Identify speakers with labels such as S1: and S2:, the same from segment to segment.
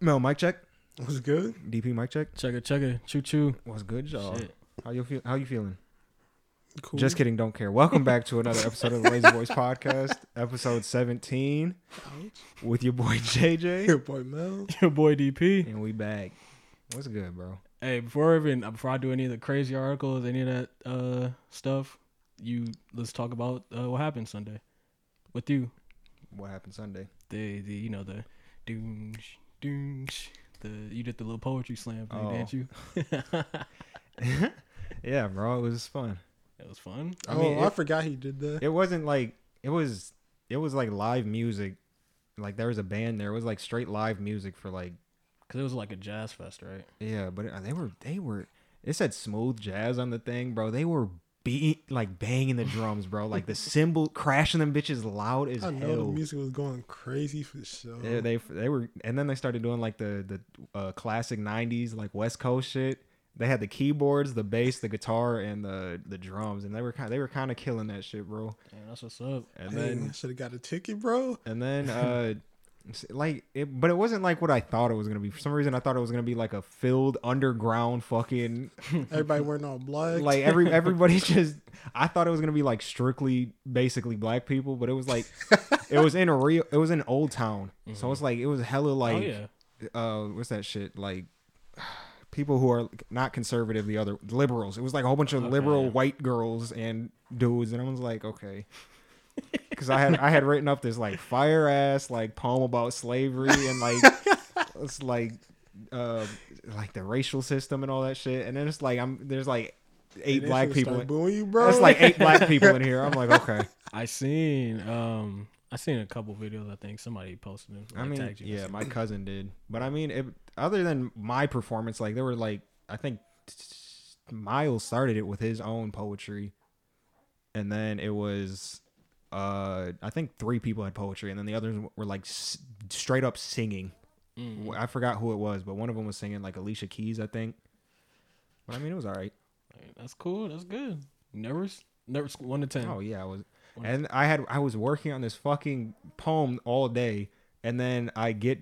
S1: Mel, mic check.
S2: Was good.
S1: DP, mic check.
S3: Chugga chugga, choo choo.
S1: What's good, y'all?
S3: Shit.
S1: How you feel? How you feeling?
S2: Cool.
S1: Just kidding. Don't care. Welcome back to another episode of the Lazy Boys Podcast, episode seventeen, with your boy JJ,
S2: Your boy Mel.
S3: Your boy DP.
S1: and we back. What's good, bro?
S3: Hey, before even before I do any of the crazy articles, any of that uh stuff, you let's talk about uh, what happened Sunday with you.
S1: What happened Sunday?
S3: The the you know the doonsh doonsh. The you did the little poetry slam thing,
S1: Oh.
S3: didn't you?
S1: Yeah, bro, it was fun.
S3: It was fun.
S1: I
S2: oh,
S1: mean,
S2: I
S1: it-
S2: forgot he did that.
S1: It wasn't like it was. It was like live music. Like there was a band there. It was like straight live music for like
S3: Cause it was like a jazz fest, right?
S1: Yeah, but it- they were they were it said smooth jazz on the thing, bro. They were beat like banging the drums, bro. Like the cymbal crashing them bitches loud as
S2: I know the
S1: hell.
S2: music was going crazy for sure.
S1: Yeah, they they were and then they started doing like the the uh, classic '90s like West Coast shit. They had the keyboards, the bass, the guitar, and the the drums, and they were kind they were kind of killing that shit, bro.
S3: Damn, that's what's up.
S1: And then
S2: I should have got a ticket, bro.
S1: and then uh s- like it but it wasn't like what i thought it was gonna be for some reason i thought it was gonna be like a filled underground fucking
S2: Everybody wearing all black.
S1: like every everybody just i thought it was gonna be like strictly basically black people but it was like it was in a real it was in old town so it's like it was hella
S3: oh
S1: like
S3: yeah,
S1: uh what's that shit like people who are not conservative the other liberals it was like a whole bunch of
S3: Okay,
S1: liberal
S3: yeah.
S1: white girls and dudes and i was like okay because i had i had written up this like fire ass like poem about slavery and like it's like uh like the racial system and all that shit and then it's like i'm there's like
S2: And
S1: eight
S2: they
S1: black
S2: finna
S1: people
S2: Start
S1: in,
S2: booing you, bro.
S1: that's like eight black people in here i'm like okay
S3: I seen um I seen a couple videos. I think somebody posted them.
S1: I
S3: like,
S1: mean,
S3: tagged you or
S1: yeah,
S3: something.
S1: my cousin did, but I mean, it, other than my performance, like there were like I think Miles started it with his own poetry, and then it was, uh, I think three people had poetry, and then the others were like s- straight up singing.
S3: Mm.
S1: Wh- I forgot who it was, but one of them was singing like Alicia Keys, I think. But I mean, it was all right.
S3: Like, that's cool. That's good. Nervous. Nervous. One to ten.
S1: Oh yeah, I was, and I had I was working on this fucking poem all day, and then I get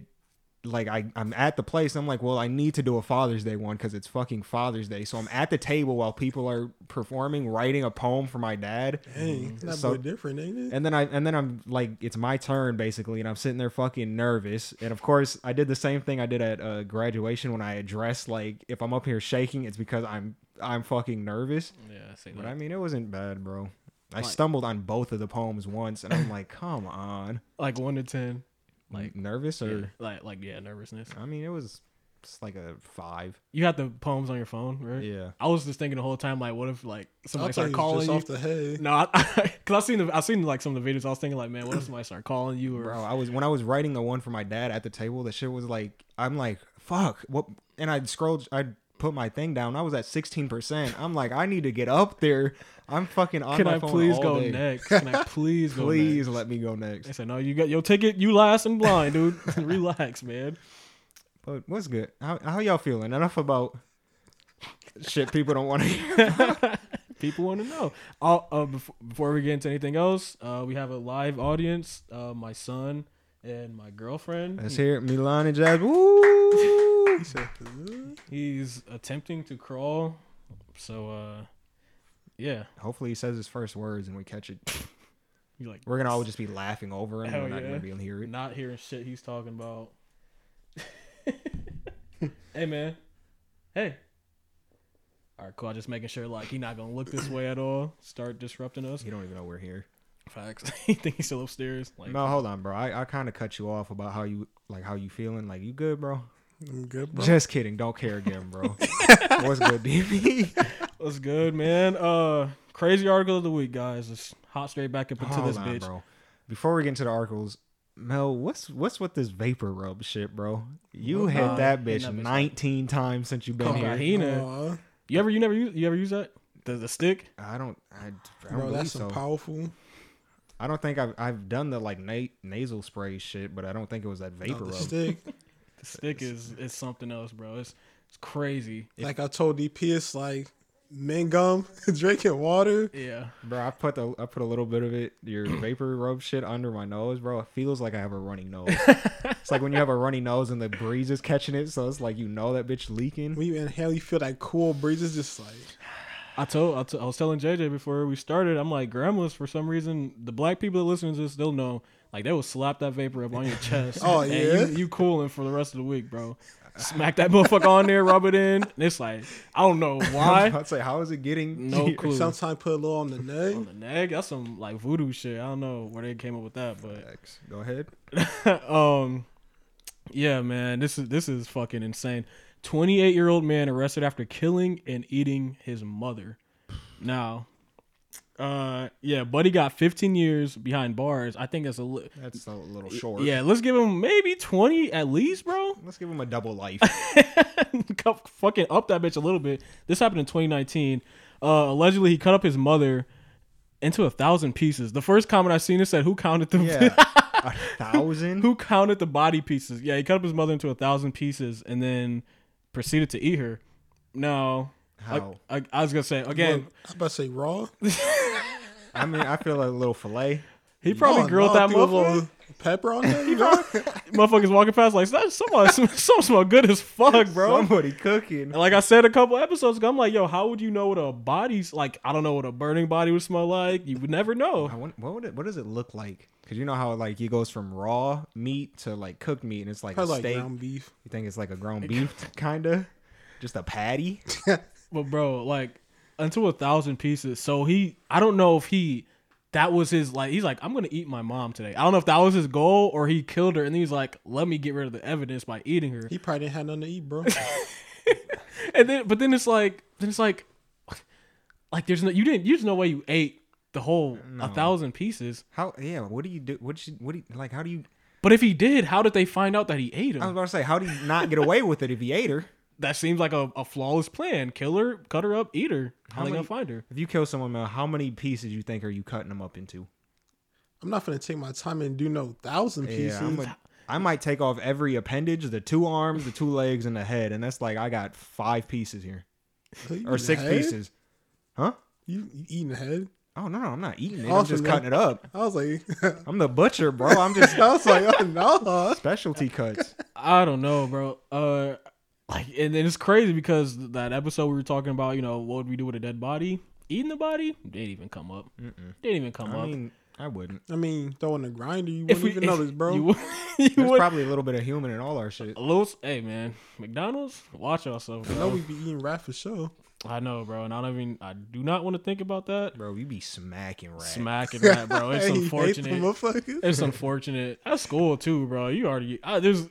S1: like I I'm at the place. I'm like, well, I need to do a Father's Day one because it's fucking Father's Day. So I'm at the table while people are performing, writing a poem for my dad.
S2: Dang, that
S1: Mm-hmm. So-
S2: boy different, ain't it?
S1: And then I and then I'm like, it's my turn basically, and I'm sitting there fucking nervous. And of course, I did the same thing I did at uh, graduation when I addressed like, if I'm up here shaking, it's because I'm I'm fucking nervous.
S3: Yeah, I see
S1: But
S3: that.
S1: I mean, it wasn't bad, bro. I stumbled on both of the poems once, and I'm like, come on,
S3: like one to ten.
S1: like nervous or
S3: Yeah, like like yeah, nervousness.
S1: I mean, it was just like a five.
S3: You had the poems on your phone, right?
S1: Yeah.
S3: I was just thinking the whole time, like, what if like
S2: I
S3: somebody
S2: thought
S3: started
S2: he was
S3: calling
S2: just
S3: you?
S2: off the head.
S3: No, I, cause I seen the I seen like some of the videos. I was thinking like, man, what if somebody start calling you or
S1: Bro, I was when I was writing the one for my dad at the table. The shit was like, I'm like, fuck, what? And I scrolled, I put my thing down. I was at 16. percent I'm like, I need to get up there. I'm fucking on
S3: can
S1: my
S3: I
S1: phone
S3: please
S1: all
S3: go
S1: day.
S3: next? Can I please go
S1: Please
S3: next?
S1: let me go
S3: They
S1: next.
S3: said no. You got your ticket. You last and blind, dude. Relax, man.
S1: But what's good? How, how y'all feeling? Enough about shit people don't want to hear.
S3: People want to know. I'll, uh, before, before we get into anything else, uh, we have a live audience. Uh, my son and my girlfriend.
S1: Let's hear it. Milan and Jazz. Woo!
S2: He said, "Huh?"
S3: He's attempting to crawl. So, uh, yeah.
S1: Hopefully he says his first words and we catch it.
S3: You like
S1: We're gonna all just be laughing over him.
S3: Hell
S1: We're not
S3: yeah.
S1: gonna be able to hear it.
S3: not hearing shit he's talking about. hey man. Hey. Alright, cool. I'm Just making sure like he not gonna look this way at all. Start disrupting us.
S1: He don't even know we're here.
S3: Facts. he think he's still upstairs. Like
S1: No, hold on, bro. I, I kind of cut you off about how you like how you feeling. Like you good, bro?
S2: I'm good, bro.
S1: Just kidding. Don't care again, bro. What's good, DB?
S3: what's good, man? Uh crazy article of the week, guys. Let's hop straight back up into
S1: hold
S3: this
S1: on,
S3: bitch.
S1: bro. Before we get into the articles, Mel, what's what's with this vapor rub shit, bro? You
S3: Nah,
S1: had that
S3: ain't
S1: bitch
S3: nothing.
S1: 19 times since you've been
S3: Come
S1: here.
S3: on, he know.
S2: Aw,
S3: You ever you never use you ever use that? The the stick?
S1: I don't. I, I don't
S2: bro,
S1: believe
S2: that's
S1: so.
S2: some powerful.
S1: I don't think I've I've done the like na- nasal spray shit, but I don't think it was that
S2: No,
S1: vapor
S2: the
S1: rub.
S2: stick.
S3: The stick is is something else, bro. It's it's crazy.
S2: Like I told DP, it's like mint gum, drinking water.
S3: Yeah.
S1: Bro, I put the I put a little bit of it, your vapor rub shit under my nose, bro. It feels like I have a runny nose. it's like when you have a runny nose and the breeze is catching it, so it's like you know that bitch leaking.
S2: When you inhale, you feel that cool breeze. It's just like
S3: I told I, t- I was telling JJ before we started. I'm like grandmas for some reason. The black people that listen to this, they'll know. Like they will slap that vapor up on your chest.
S2: Oh,
S3: and
S2: yeah?
S3: you, you cooling for the rest of the week, bro. Smack that motherfucker on there, rub it in. And it's like I don't know why.
S1: I'd say, how is it getting?
S3: No
S1: here?
S3: clue.
S2: sometimes put a little on the
S3: on
S2: neck.
S3: the neck. That's some like voodoo shit. I don't know where they came up with that,
S1: X. Go ahead.
S3: but um, yeah, man, this is this is fucking insane. Twenty eight year old man arrested after killing and eating his mother. Now, uh, yeah, buddy got fifteen years behind bars. I think that's a li-
S1: That's a little short.
S3: yeah. Let's give him maybe twenty at least, bro.
S1: Let's give him a double life.
S3: Cu- fucking up that bitch a little bit. This happened in 2019. Uh, allegedly, he cut up his mother into a thousand pieces. The first comment I seen is said, "Who counted the
S1: Yeah. a thousand?
S3: who counted the body pieces?" Yeah, he cut up his mother into a thousand pieces and then proceeded to eat her. No, I-
S1: How?
S3: I, I, was gonna say again.
S2: Look, I'm about to say raw.
S1: I mean, I feel like a little filet.
S3: He probably
S2: Oh,
S3: grilled
S2: no,
S3: that
S2: threw a
S3: motherfucker.
S2: little Pepper on there, you know?
S3: Motherfuckers walking past like that. Someone, someone smell good as fuck, bro.
S1: Somebody cooking.
S3: And like I said a couple episodes ago, I'm like, yo, how would you know what a body's like? I don't know what a burning body would smell like. You would never
S1: I
S3: know.
S1: wonder, what would it, what does it look like? Because you know how like it goes from raw meat to like cooked meat, and it's like a
S2: Probably like um,
S1: steak.
S2: ground beef.
S1: You think it's like a ground beef, kinda, just a patty.
S3: But bro, like until a thousand pieces. So he, I don't know if he, that was his like. He's like, I'm gonna eat my mom today. I don't know if that was his goal or he killed her and he's like, let me get rid of the evidence by eating her.
S2: He probably didn't have nothing to eat, bro.
S3: And then, but then it's like, then it's like, like there's no, you didn't, there's no way you ate the whole a thousand pieces.
S1: How? Yeah. What do you do? What? You, what do you like? How do you?
S3: But if he did, how did they find out that he ate
S1: I was
S3: them?
S1: about to say, how do you not get away with it if you ate her?
S3: That seems like a, a flawless plan. Kill her, cut her up, eat her. How,
S1: How
S3: they
S1: many-
S3: gonna find her?
S1: If you kill someone, man, how many pieces you think are you cutting them up into?
S2: I'm not gonna take my time and do no thousand pieces.
S1: Yeah, I'm a, I might take off every appendage, the two arms, the two legs, and the head, and that's like I got five pieces here or
S2: You eating
S1: six
S2: head?
S1: pieces. Huh?
S2: You, you eating head?
S1: Oh no, no, I'm not eating it. I'm
S2: Awesome,
S1: just
S2: man.
S1: cutting it up.
S2: I was like,
S1: I'm the butcher, bro. I'm just
S2: I was like, oh no.
S1: specialty cuts.
S3: I don't know, bro. Uh, like, and then it's crazy because that episode we were talking about, you know, what would we do with a dead body? Eating the body didn't even come up. Didn't even come
S1: I
S3: up.
S1: mean, I wouldn't.
S2: I mean, throwing a grinder, you wouldn't even notice, bro.
S3: You, would- you
S1: There's
S3: would.
S1: probably a little bit of human in all our shit.
S3: A little, hey man, McDonald's, watch yourself.
S2: I know
S3: Bro.
S2: we be eating rat for sure.
S3: I know, bro, and I don't even. I do not want to think about that.
S1: Bro, you be smacking rat.
S3: Smacking that, bro. It's
S2: Hey, you hate them
S3: unfortunate.
S2: motherfuckers.
S3: It's unfortunate. At school too, bro. You already. I, there's.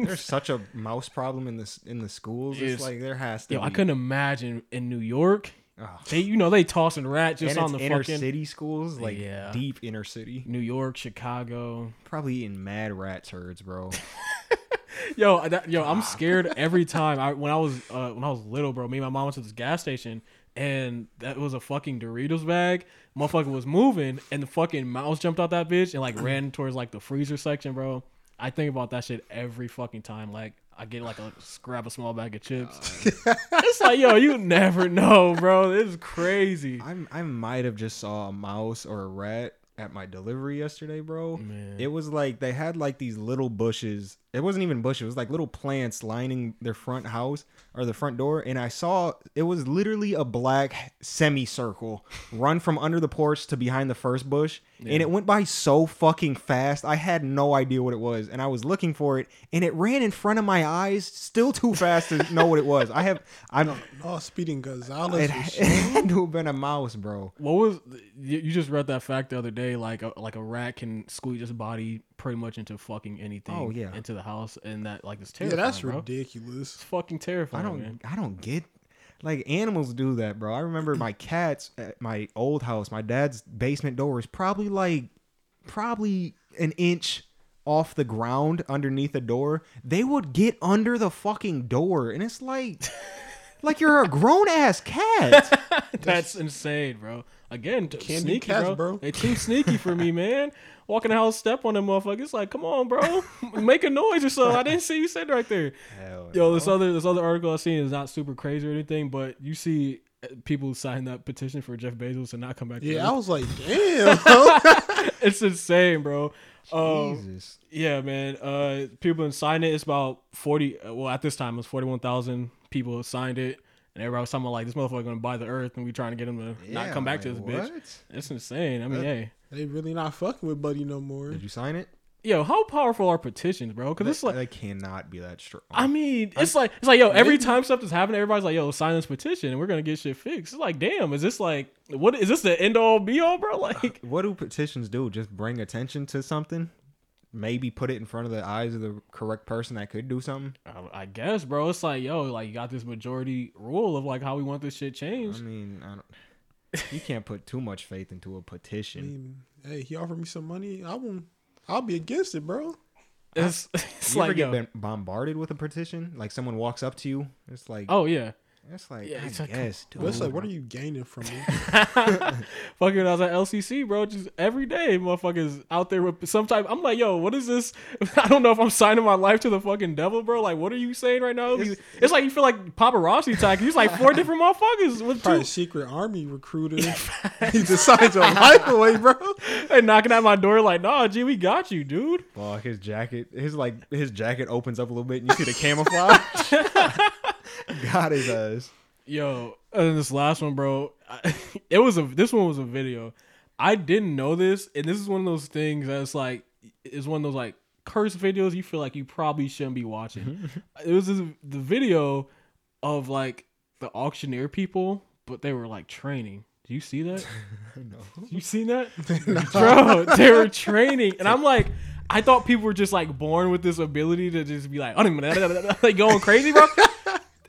S1: There's such a mouse problem in this in the schools. It's,
S3: It's-
S1: like there has to.
S3: Yo,
S1: be.
S3: I couldn't imagine in New York.
S1: Ugh.
S3: They, you know, they tossing rats just
S1: and
S3: on
S1: it's
S3: the
S1: inner
S3: fucking
S1: city schools, like
S3: Yeah.
S1: deep inner city.
S3: New York, Chicago.
S1: Probably eating mad rat turds, bro.
S3: Yo, I- that, yo, I'm scared every time. I when I was uh, when I was little, bro. Me and my mom went to this gas station, and that was a fucking Doritos bag. Motherfucker was moving, and the fucking mouse jumped out that bitch and like ran towards like the freezer section, bro. I think about that shit every fucking time. Like I get like a grab a small bag of chips. it's like yo, you never know, bro. This is crazy.
S1: I I might have just saw a mouse or a rat at my delivery yesterday, bro.
S3: Man.
S1: It was like they had like these little bushes. It wasn't even bushes. It was like little plants lining their front house or the front door. And I saw it was literally a black semicircle run from under the porch to behind the first bush. And it went by so fucking fast. I had no idea what it was. And I was looking for it. And it ran in front of my eyes still too fast to know what it was. I have, I'm,
S2: Oh, speeding Gonzalez.
S1: it,
S2: was
S1: it had to have been a mouse, bro.
S3: What was you you just read that fact the other day? Like a, like a rat can squeeze its body pretty much into fucking anything.
S1: Oh, yeah.
S3: into the house and that like is
S2: yeah,
S3: terrifying.
S2: that's
S3: bro.
S2: ridiculous.
S3: It's fucking terrifying.
S1: I don't
S3: Man.
S1: I don't get like animals do that, bro. I remember my cats at my old house, my dad's basement door is probably like probably an inch off the ground underneath the door. They would get under the fucking door and it's like like you're a grown ass cat.
S3: That's insane, bro. Again, t-
S2: Can't do
S3: sneaky,
S2: cats,
S3: bro.
S2: bro.
S3: They too sneaky for me, man. Walking the house, step on them motherfucker. It's like, come on, bro, make a noise or something. I didn't see you sitting right there.
S1: Hell
S3: Yo,
S1: no.
S3: this other this other article I seen is not super crazy or anything, but you see uh, people signed that petition for Jeff Bezos to not come back. to
S2: Yeah, I was
S3: Earth.
S2: like, damn.
S3: it's insane, bro. Um,
S1: Jesus.
S3: yeah, man. Uh, people been signing it. It's about forty. uh, Well, at this time, it was forty-one thousand people have signed it, and everybody was talking about, like this motherfucker gonna buy the Earth, and we trying to get him to not
S1: Yeah,
S3: come back
S1: like,
S3: to this bitch.
S1: what?
S3: It's insane. I mean, hey,
S2: they really not fucking with Buddy no more.
S1: Did you sign it?
S3: yo, how powerful are petitions, bro? Because it's like.
S1: they cannot be that strong.
S3: I mean, it's like it's like yo. Every time something's happening, everybody's like, "Yo, sign this petition, and we're gonna get shit fixed." It's like, damn, is this like what is this the end all be all, bro? Like,
S1: what do petitions do? Just bring attention to something? Maybe put it in front of the eyes of the correct person that could do something.
S3: I- I guess, bro. It's like, yo, like you got this majority rule of like how we want this shit
S1: I
S3: changed.
S1: mean, I don't, you can't put too much faith into a
S2: I
S1: petition.
S2: mean, hey, he offered me some money. I won't. I'll be against it, bro.
S3: It's, it's
S1: you ever
S3: like,
S1: get
S3: yo,
S1: been bombarded with a petition? Like someone walks up to you. It's like,
S3: oh yeah,
S1: it's like,
S3: yeah,
S1: I
S3: it's like, come
S1: guess,
S2: But it's
S1: dude.
S2: like, what are you gaining from it?
S3: fucking. I was at LCC, bro. Just every day, motherfuckers out there with some type. I'm like, yo, what is this? I don't know if I'm signing my life to the fucking devil, bro. Like, what are you saying right now? It's, it's like you feel like paparazzi attacking. He's like four different motherfuckers with
S2: Probably
S3: two
S2: a secret army recruiter. he decides your life away, bro.
S3: and knocking at my door like, nah, gee, we got you, dude.
S1: Fuck, his jacket. His like his jacket opens up a little bit, and you see the camouflage. God his ass.
S3: Yo, and this last one, bro, I- it was a this one was a video. I didn't know this, and this is one of those things that's like, it's one of those like curse videos you feel like you probably shouldn't be watching. it was this, the video of like the auctioneer people, but they were like training. Do you see that?
S1: No.
S3: You seen that?
S2: No.
S3: bro they were training and i'm like i thought people were just like born with this ability to just be like like going crazy bro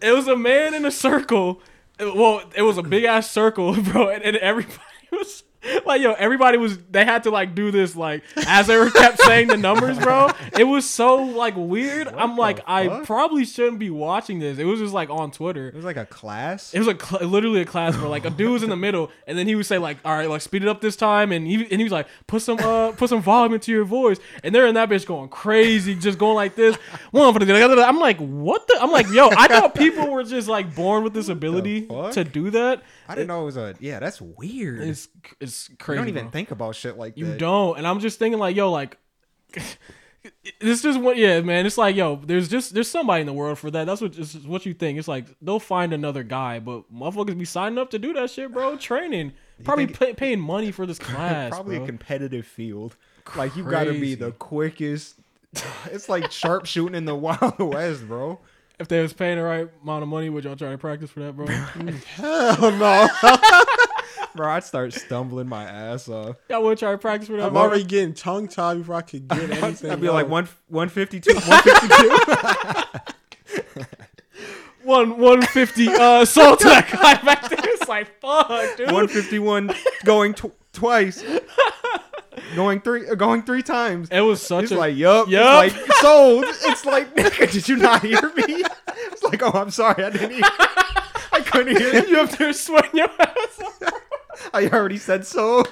S3: it was a man in a circle It- well it was a big ass circle bro and, and everybody was like yo everybody was they had to like do this like as they were kept saying the numbers bro it was so like weird i'm like i
S1: fuck?
S3: probably shouldn't be watching this it was just like on twitter
S1: It was like a class.
S3: it was a cl- literally a class where like a dude was in the middle, and then he would say like, "All right, like speed it up this time," and he and he was like, "Put some uh, put some volume into your voice," and they're in that bitch going crazy, just going like this. One for the other. I'm like, what the? I'm like, yo, I thought people were just like born with this ability
S1: fuck?
S3: to do that.
S1: I didn't know it was a. Yeah, that's weird.
S3: It's it's
S1: you
S3: crazy.
S1: don't even
S3: bro.
S1: think about shit like
S3: You
S1: that.
S3: don't. And I'm just thinking like, yo, like this is what yeah, man. It's like, yo, there's just there's somebody in the world for that. That's what it's what you think. It's like they'll find another guy, but motherfuckers be signing up to do that shit, bro. Training. Probably
S1: think-
S3: pay, paying money for this class.
S1: Probably
S3: bro.
S1: a competitive field. Like you got to be
S3: Crazy.
S1: the quickest. it's like sharpshooting in the Wild West, bro.
S3: if they was paying the right amount of money, would y'all try to practice for that, bro?
S2: Hell no.
S1: Bro, I'd start stumbling my ass off.
S3: y'all would try to practice for that.
S2: I'm
S3: bro?
S2: already getting tongue tied before I could get anything.
S1: I'd be like
S2: out.
S1: one one fifty two, one fifty two.
S3: one one fifty uh salt that guy back there. It's like fuck, dude.
S1: 151 going tw- twice going three uh, going three times
S3: it was such
S1: it's
S3: a
S1: like yup
S3: Yup.
S1: it's like sold it's like nigga did you not hear me it's like oh i'm sorry i didn't hear i couldn't hear you
S3: you up there sweating your ass off.
S1: i already said sold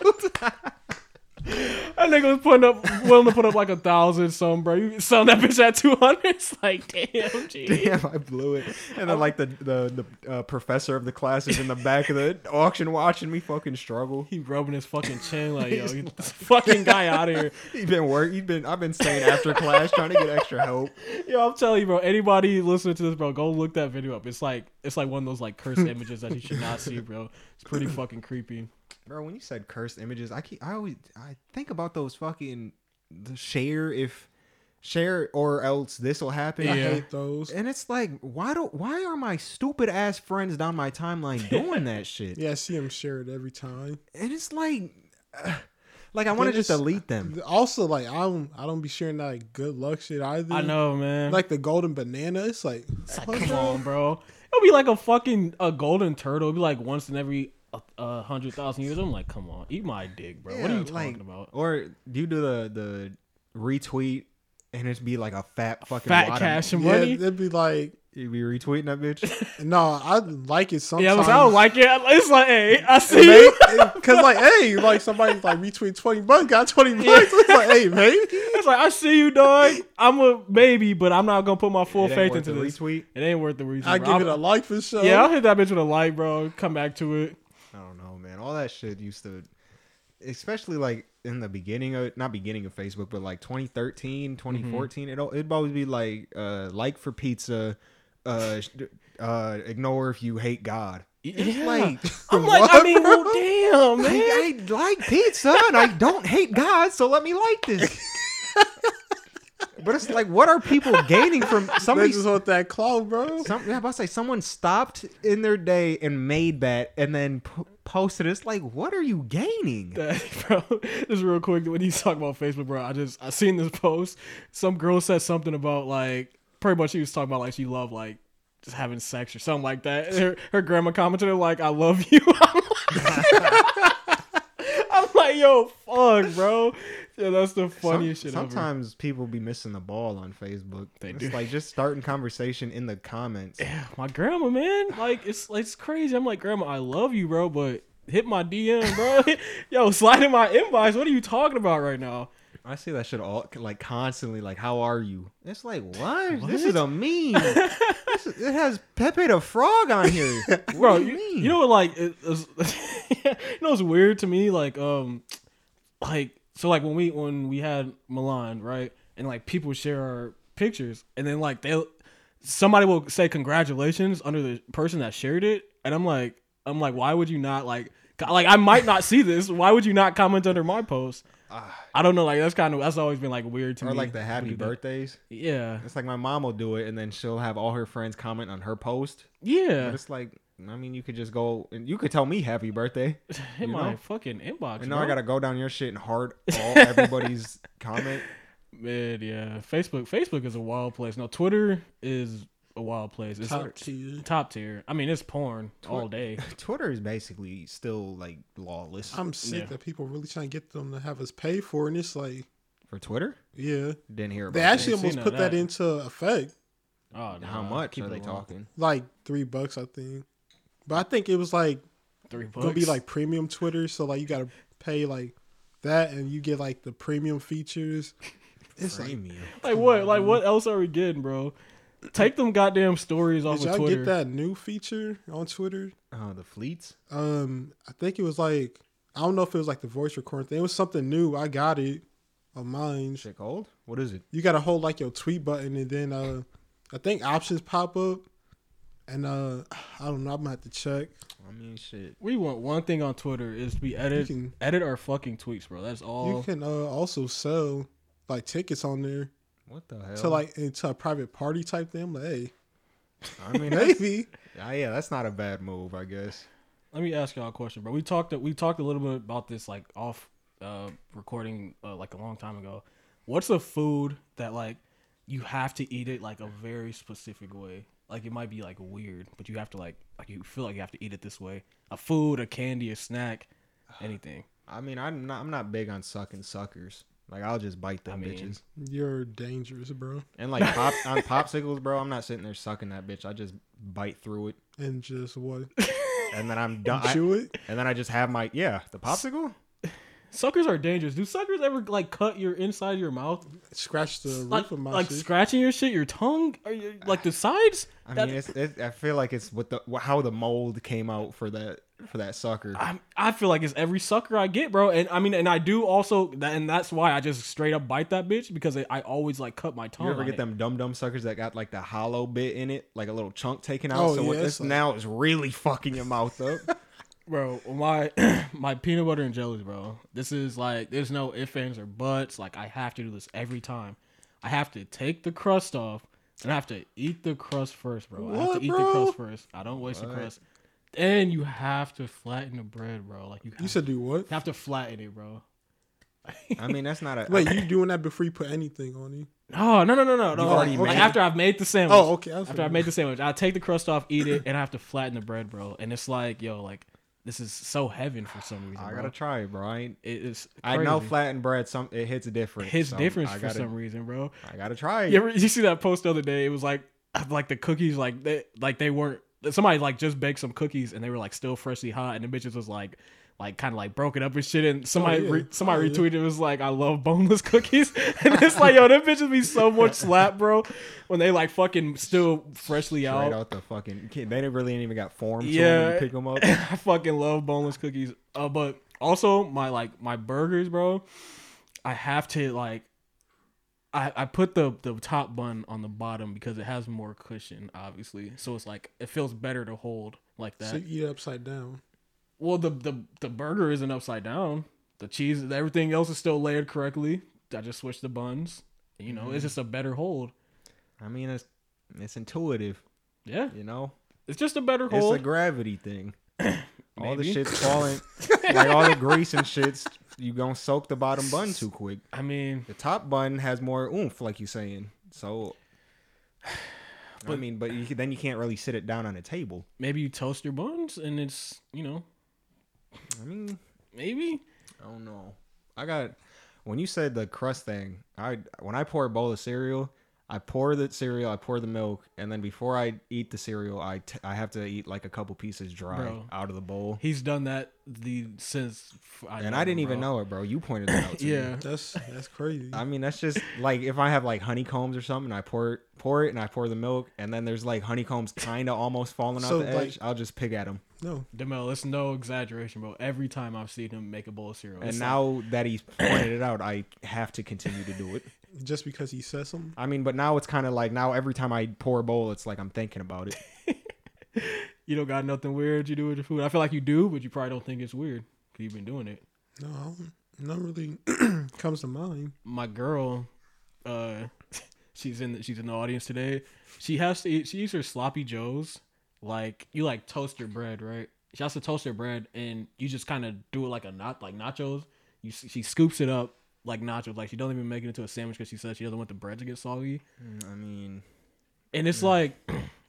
S3: That nigga was putting up, willing to put up like a thousand some, bro. You selling that bitch at two hundred? It's like, damn, G.
S1: damn i blew it and then like the the, the uh, professor of the class is in the back of the auction watching me fucking struggle
S3: He rubbing his fucking chin like, yo, get this fucking guy out of here.
S1: he's been work he's been i've been staying after class trying to get extra help
S3: Yo, I'm telling you, bro. Anybody listening to this, bro, go look that video up. It's like, it's like one of those like cursed images that you should not see, bro. It's pretty fucking creepy.
S1: Bro, when you said cursed images, I keep I always I think about those fucking the share if share or else this will happen.
S2: I
S3: Yeah.
S2: hate those.
S1: And it's like, why do why are my stupid ass friends down my timeline doing that shit?
S2: Yeah, I see him share it every time.
S1: And it's like uh, like I want to
S2: Then
S1: just
S2: it's-
S1: delete them.
S2: Also, like I don't, I don't be sharing that like, good luck shit either.
S3: I know, man.
S2: Like the golden banana, it's like, what,
S3: Come
S2: bro?
S3: on, bro. It'll be like a fucking a golden turtle. It'll be like once in every uh, uh, hundred thousand years. I'm like, come on, eat my dick, bro. what are
S1: Yeah,
S3: you talking
S1: like-
S3: about?
S1: Or do you do the the retweet and it'd be like a fat fucking
S3: Fat
S1: wad
S3: cash and
S2: Yeah,
S3: money.
S2: it'd be like,
S1: Of, you'd be retweeting that bitch.
S2: no, I like it sometimes.
S3: Yeah, I, was, I don't like it. It's like, hey, I see you.
S2: Because like, hey, like somebody's like retweet twenty bucks, got twenty bucks. It's like, hey, maybe.
S3: It's like, I see you, dog. I'm a maybe, but I'm not gonna put my full
S1: It ain't
S3: faith
S1: worth
S3: into
S1: the
S3: this.
S1: retweet.
S3: It ain't worth the reason.
S2: I
S3: bro.
S2: give
S3: I'll-
S2: it a like for sure.
S3: yeah, I'll hit that bitch with a light, bro. Come back to it.
S1: I don't know, man. All that shit used to, especially like in the beginning of not beginning of Facebook, but like
S3: Mm-hmm.
S1: 2013, 2014. It'll it'd always be like uh, like for pizza, uh, sh- uh, ignore if you hate God. It's
S3: Yeah.
S1: like
S3: I'm like, I
S1: what,
S3: mean,
S1: bro?
S3: well, damn, man.
S1: I, I like pizza and I don't hate God, so let me like this. but it's like, what are people gaining from
S2: They
S1: somebody?
S2: just want that clout, bro.
S1: Some, yeah, I'm about to say someone stopped in their day and made that, and then p- posted. it. It's like, what are you gaining?
S3: that, bro. Just real quick, when he's talking about Facebook, bro, I just I seen this post. Some girl said something about like pretty much she was talking about like she loved like just having sex or something like that. And her her grandma commented like, "I love you." I'm like- I'm like, yo, fuck, bro. Yeah, that's the funniest
S1: Some-
S3: shit. ever.
S1: Sometimes people be missing the ball on Facebook.
S3: They
S1: it's
S3: do.
S1: like just starting conversation in the comments.
S3: Yeah, my grandma, man. Like it's it's crazy. I'm like, grandma, I love you, bro, but hit my DM, bro. Yo, slide in my inbox. What are you talking about right now?
S1: I see that shit all like constantly. Like, how are you? It's like, what? This is a meme. This is- it has Pepe the Frog on here. What
S3: bro
S1: do
S3: you,
S1: you, mean?
S3: you know what like it, it's- you know it's weird to me like um like so like when we when we had milan right and like people share our pictures and then like they'll somebody will say congratulations under the person that shared it and i'm like i'm like why would you not like co- like i might not see this why would you not comment under my post i don't know like that's kind of that's always been like weird to
S1: Ah. or
S3: me
S1: like the happy birthdays.
S3: yeah
S1: It's like my mom will do it, and then she'll have all her friends comment on her post. But
S3: yeah
S1: it's like, I mean, you could just go and you could tell me happy birthday.
S3: hit
S1: you
S3: my
S1: know?
S3: fucking inbox
S1: And now
S3: bro.
S1: I gotta go down your shit and heart all everybody's comment.
S3: Man, yeah. Facebook Facebook is a wild place. No, Twitter is a wild place. It's
S2: Top
S3: top,
S2: tier.
S3: tier. I mean, it's porn all day.
S1: Twitter is basically still like lawless
S2: I'm sick
S3: Yeah.
S2: that people really trying to get them to have us pay for it. And it's like,
S1: for Twitter.
S2: yeah.
S1: Didn't hear about
S2: They
S1: that.
S2: actually
S3: ain't seen
S2: almost
S3: none
S2: put
S3: of
S2: that.
S3: that.
S2: into effect.
S3: Oh,
S1: how
S3: nah,
S1: much
S3: keep
S1: are
S3: it
S1: they
S3: low.
S1: talking.
S2: Like three bucks, I think. But I think it was like
S3: Three bucks.
S2: gonna be like premium Twitter, so like you gotta pay like that and you get like the premium features. It's like
S1: Premium.
S3: like what? Like what else are we getting, bro? Take them goddamn stories off
S2: did
S3: of
S2: y'all
S3: Twitter.
S2: get that new feature on Twitter?
S1: Oh, the fleets.
S2: Um, I think it was like I don't know if it was like the voice recording thing. It was something new. I got it on mine.
S1: Shit cold. What is it?
S2: You gotta hold like your tweet button and then uh I think options pop up and uh I don't know, I'm gonna have to check.
S1: I mean, shit.
S3: We want one thing on Twitter is to be edit
S2: can-
S3: edit our fucking tweets, bro. That's
S2: You
S3: all.
S2: can uh also sell like tickets on there
S1: What the hell?
S2: to like into a private party type thing. I'm like, hey,
S1: I mean, that's-
S2: maybe.
S1: ah, yeah, that's not a bad move, I guess.
S3: Let me ask y'all a question, bro. We talked we talked a little bit about this like off uh recording uh, like a long time ago. What's a food that like you have to eat it like a very specific way? Like it might be like weird, but you have to like like you feel like you have to eat it this way. A food, a candy, a snack, anything.
S1: I mean, I'm not. I'm not big on sucking suckers. Like, I'll just bite them
S3: I mean-
S1: bitches.
S2: You're dangerous, bro.
S1: And like pop on popsicles, bro. I'm not sitting there sucking that bitch. I just bite through it,
S2: And just what?
S1: and then I'm done. I-
S2: Chew it?
S1: and then I just have my yeah, the popsicle.
S3: Suckers are dangerous. Do suckers ever like cut your inside of your mouth?
S2: Scratch the
S3: Like,
S2: roof of my
S3: like
S2: shit.
S3: scratching your shit, your tongue, or your, like the sides?
S1: I
S3: That-
S1: mean, it's, it, I feel like it's what the how the mold came out for that for that sucker.
S3: I I feel like it's every sucker I get, bro. And I mean, and I do also, that, and that's why I just straight up bite that bitch because I, I always like cut my tongue.
S1: You ever
S3: on
S1: get
S3: it.
S1: them dum dum suckers that got like the hollow bit in it, like a little chunk taken out?
S2: Oh,
S1: so what
S2: yeah,
S1: this
S2: it's like-
S1: now is really fucking your mouth up.
S3: bro? My my peanut butter and jellies, bro. This is like there's no ifs ands or buts. Like I have to do this every time. I have to take the crust off and I have to eat the crust first, bro. I have
S2: What,
S3: to eat the
S2: bro?
S3: crust first. I don't waste the crust. Then you have to flatten the bread, bro. Like you have,
S2: You said do what?
S3: you have to flatten it, bro.
S1: I mean, that's not a.
S2: Wait, you doing that before you put anything on you?
S3: No, no, no, no, no, no.
S1: already
S3: Like,
S1: made it.
S3: after I've made the sandwich.
S2: Oh, okay. I was
S3: after I made the sandwich, I take the crust off, eat it, and I have to flatten the bread, bro. And it's like, yo, like this is so heaven for some reason.
S1: I
S3: bro.
S1: gotta try it, bro. I, ain't,
S3: It is.
S1: I know
S3: crazy.
S1: flattened bread. Some it hits different.
S3: his
S1: so
S3: difference
S1: I
S3: for
S1: gotta,
S3: some reason, bro.
S1: I gotta try it.
S3: You ever you see that post the other day? It was like like the cookies, like they like they weren't. Somebody like just baked some cookies and they were like still freshly hot, and the bitches was like like kind of like broke it up and shit. And somebody
S2: yeah.
S3: re- somebody
S2: Oh, yeah.
S3: retweeted it was like, "I love boneless cookies," and it's like, yo, them bitches be so much slap, bro. When they like fucking still freshly
S1: Right
S3: out.
S1: out the fucking. They didn't really even got form to 'em when
S3: Yeah.
S1: you pick them up.
S3: I fucking love boneless cookies. Uh, but also my like my burgers, bro. I have to like, I I put the the top bun on the bottom because it has more cushion, obviously. So it's like it feels better to hold like that.
S2: So you eat it upside down.
S3: well, the the the burger isn't upside down. The cheese, everything else is still layered correctly. I just switched the buns. You know,
S1: Mm.
S3: it's just a better hold.
S1: I mean, it's it's intuitive,
S3: Yeah,
S1: you know.
S3: it's just a better
S1: It's a
S3: hold.
S1: gravity thing. all the
S3: Maybe.
S1: shit's falling, like all the grease and shits. You gonna soak the bottom bun too quick.
S3: I mean,
S1: The top bun has more oomph, like you saying. So, I mean, but you, then you can't really sit it down on a table.
S3: maybe you toast your buns and it's you know
S1: I mean,
S3: maybe
S1: I don't know. I got when you said the crust thing. I when I pour a bowl of cereal, I pour the cereal, I pour the milk, and then before I eat the cereal, I t- I have to eat like a couple pieces dry
S3: Bro.
S1: out of the bowl.
S3: He's done that the since I
S1: And I didn't even
S3: bro.
S1: know it, bro. You pointed it out. To me.
S3: Yeah,
S2: That's that's crazy.
S1: I mean, that's just like if I have like honeycombs or something, I pour it, pour it, and I pour the milk, and then there's like honeycombs kind of almost falling out
S2: So,
S1: the
S2: like-
S1: edge. I'll just pick at them.
S2: no,
S3: Demel, it's no exaggeration, bro. Every time I've seen him make a bowl of cereal,
S1: And
S3: it's
S1: now that he's pointed it out, I have to continue to do it.
S2: just because he said something.
S1: I mean, but now it's kind of like now every time I pour a bowl, it's like I'm thinking about it.
S3: like, you don't got nothing weird you do with your food. I feel like you do, but you probably don't think it's weird because you've been doing it.
S2: No, I don't, not really comes to mind.
S3: My girl, uh, she's in the, she's in the audience today. She has to eat. She eats her sloppy joes. Like you like toast your bread, right? She has to toast her bread, and you just kind of do it like a not like nachos. You s- she scoops it up like nachos. Like she doesn't even make it into a sandwich because she says she doesn't want the bread to get soggy.
S1: I mean,
S3: and it's like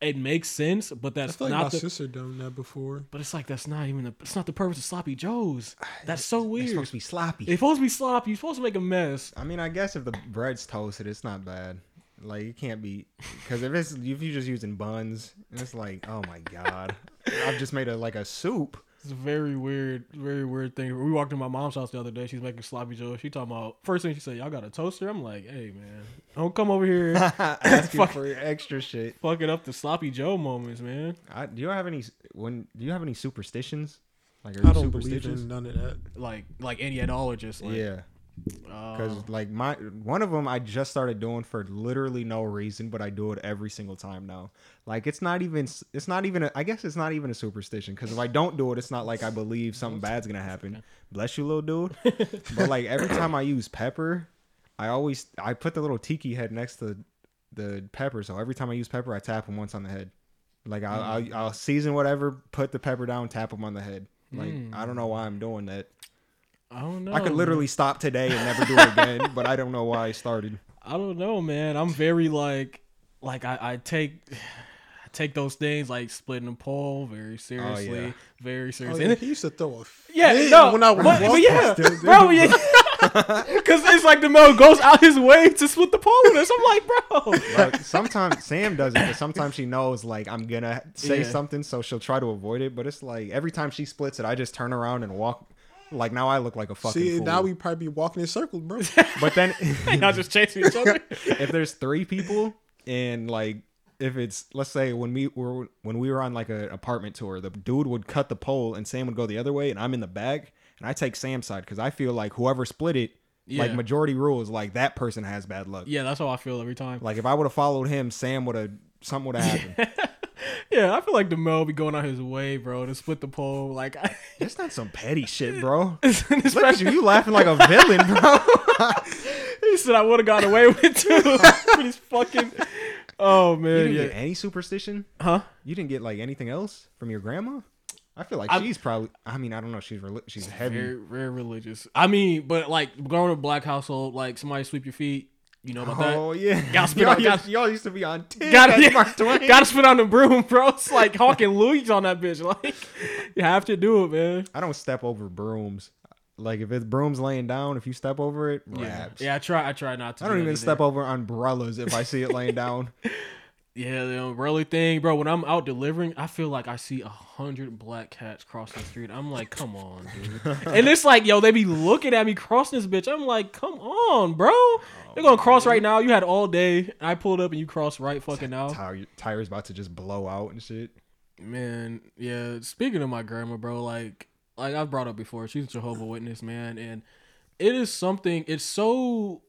S3: it makes sense, but
S2: I
S3: that's
S2: feel like my
S3: not the.
S2: sister done that before.
S3: But it's like that's not even the. It's not the purpose of sloppy joes. That's so
S1: it's
S3: weird.
S1: supposed to be sloppy.
S3: It's supposed to be sloppy. You're supposed to make a mess.
S1: I mean, I guess if the bread's toasted, it's not bad. Like it can't be because if it's if you're just using buns, it's like oh my god, I've just made a like a soup.
S3: It's a very weird, very weird thing. We walked in my mom's house the other day. She's making sloppy joes. She talking about first thing she said, "Y'all got a toaster?" I'm like, "Hey man, don't come over here
S1: asking
S3: Fuck.
S1: for extra shit.
S3: fucking up the sloppy joe moments, man."
S1: I, do you have any when? Do you have any superstitions? Like are
S2: I
S1: you
S2: don't believe
S1: superstitious?
S2: in none of that.
S3: Like, like any at all, or just like,
S1: yeah, because
S3: uh,
S1: like my one of them I just started doing for literally no reason, but I do it every single time now. Like it's not even it's not even a, I guess it's not even a superstition because if I don't do it, it's not like I believe something bad's gonna happen. Bless you, little dude. but like every time I use pepper, I always I put the little tiki head next to the pepper. So every time I use pepper, I tap him once on the head. Like I'll, I'll, I'll season whatever, put the pepper down, tap him on the head. Like I don't know why I'm doing that.
S3: I don't know.
S1: I could
S2: Oh.
S3: man.
S1: literally stop today and never do it again, but I don't know why I started.
S3: I don't know, man. I'm very like, like I, I take, I take those things like splitting a pole
S1: Oh,
S3: very seriously, very
S2: Oh,
S3: seriously.
S2: yeah,
S3: And
S2: he used to throw a fit
S3: yeah, no,
S2: when I was
S3: but, but
S2: walking.
S3: yeah, bro, yeah, because it's like the male goes out his way to split the pole with us. I'm like, bro,
S1: But sometimes Sam does it, but sometimes she knows like I'm gonna say
S3: Yeah.
S1: something, so she'll try to avoid it. But it's like every time she splits it, I just turn around and walk. Like now I look like a fucking
S2: See,
S1: fool.
S2: now we probably be walking in circles, bro.
S1: but then
S3: y'all just chasing each other.
S1: if there's three people and like if it's let's say when we were when we were on like an apartment tour, the dude would cut the pole and Sam would go the other way, and I'm in the back and I take Sam's side because I feel like whoever split it, like
S3: Yeah.
S1: majority rules, like that person has bad luck.
S3: Yeah, that's how I feel every time.
S1: Like if I would have followed him, Sam would have something would have happened.
S3: Yeah, I feel like the male be going out his way, bro, to split the pole. Like, I,
S1: That's not some petty shit, bro.
S3: it's
S1: Look at you, you laughing like a villain, bro.
S3: He said I would have got away with it too. but he's fucking. Oh
S1: You
S3: man,
S1: didn't
S3: yeah.
S1: get any superstition?
S3: Huh?
S1: You didn't get like anything else from your grandma? I feel like
S3: I'm-
S1: she's probably. I mean, I don't know. She's reli- she's heavy.
S3: Very, very religious. I mean, but like growing up in a black household, like somebody sweep your feet, you know about
S1: Oh yeah,
S3: Y'all spit
S1: y'all,
S3: out-
S1: used, y'all used to be on
S3: that.
S1: ten.
S3: Gotta,
S1: as Mark Twain.
S3: gotta spit on the broom, bro. It's like hawking Louis on that bitch. Like you have to do it, man.
S1: I don't step over brooms. Like if it's brooms laying down, if you step over it, raps.
S3: Yeah, I try. I try not to.
S1: I don't
S3: do
S1: even
S3: that
S1: step
S3: either.
S1: over umbrellas if I see it laying down.
S3: Yeah, the umbrella thing, bro. When I'm out delivering, I feel like I see a hundred black cats crossing the street. I'm like, come on, dude. and it's like, yo, they be looking at me crossing this bitch. I'm like, come on, bro.
S1: Oh,
S3: You're gonna cross right now. You had all day. I pulled up and you crossed right fucking now.
S1: Tyre, Tyre's about to just blow out and shit.
S3: Man, yeah. Speaking of my grandma, bro, like like I've brought up before, she's a Jehovah Witness, man, and it is something. It's so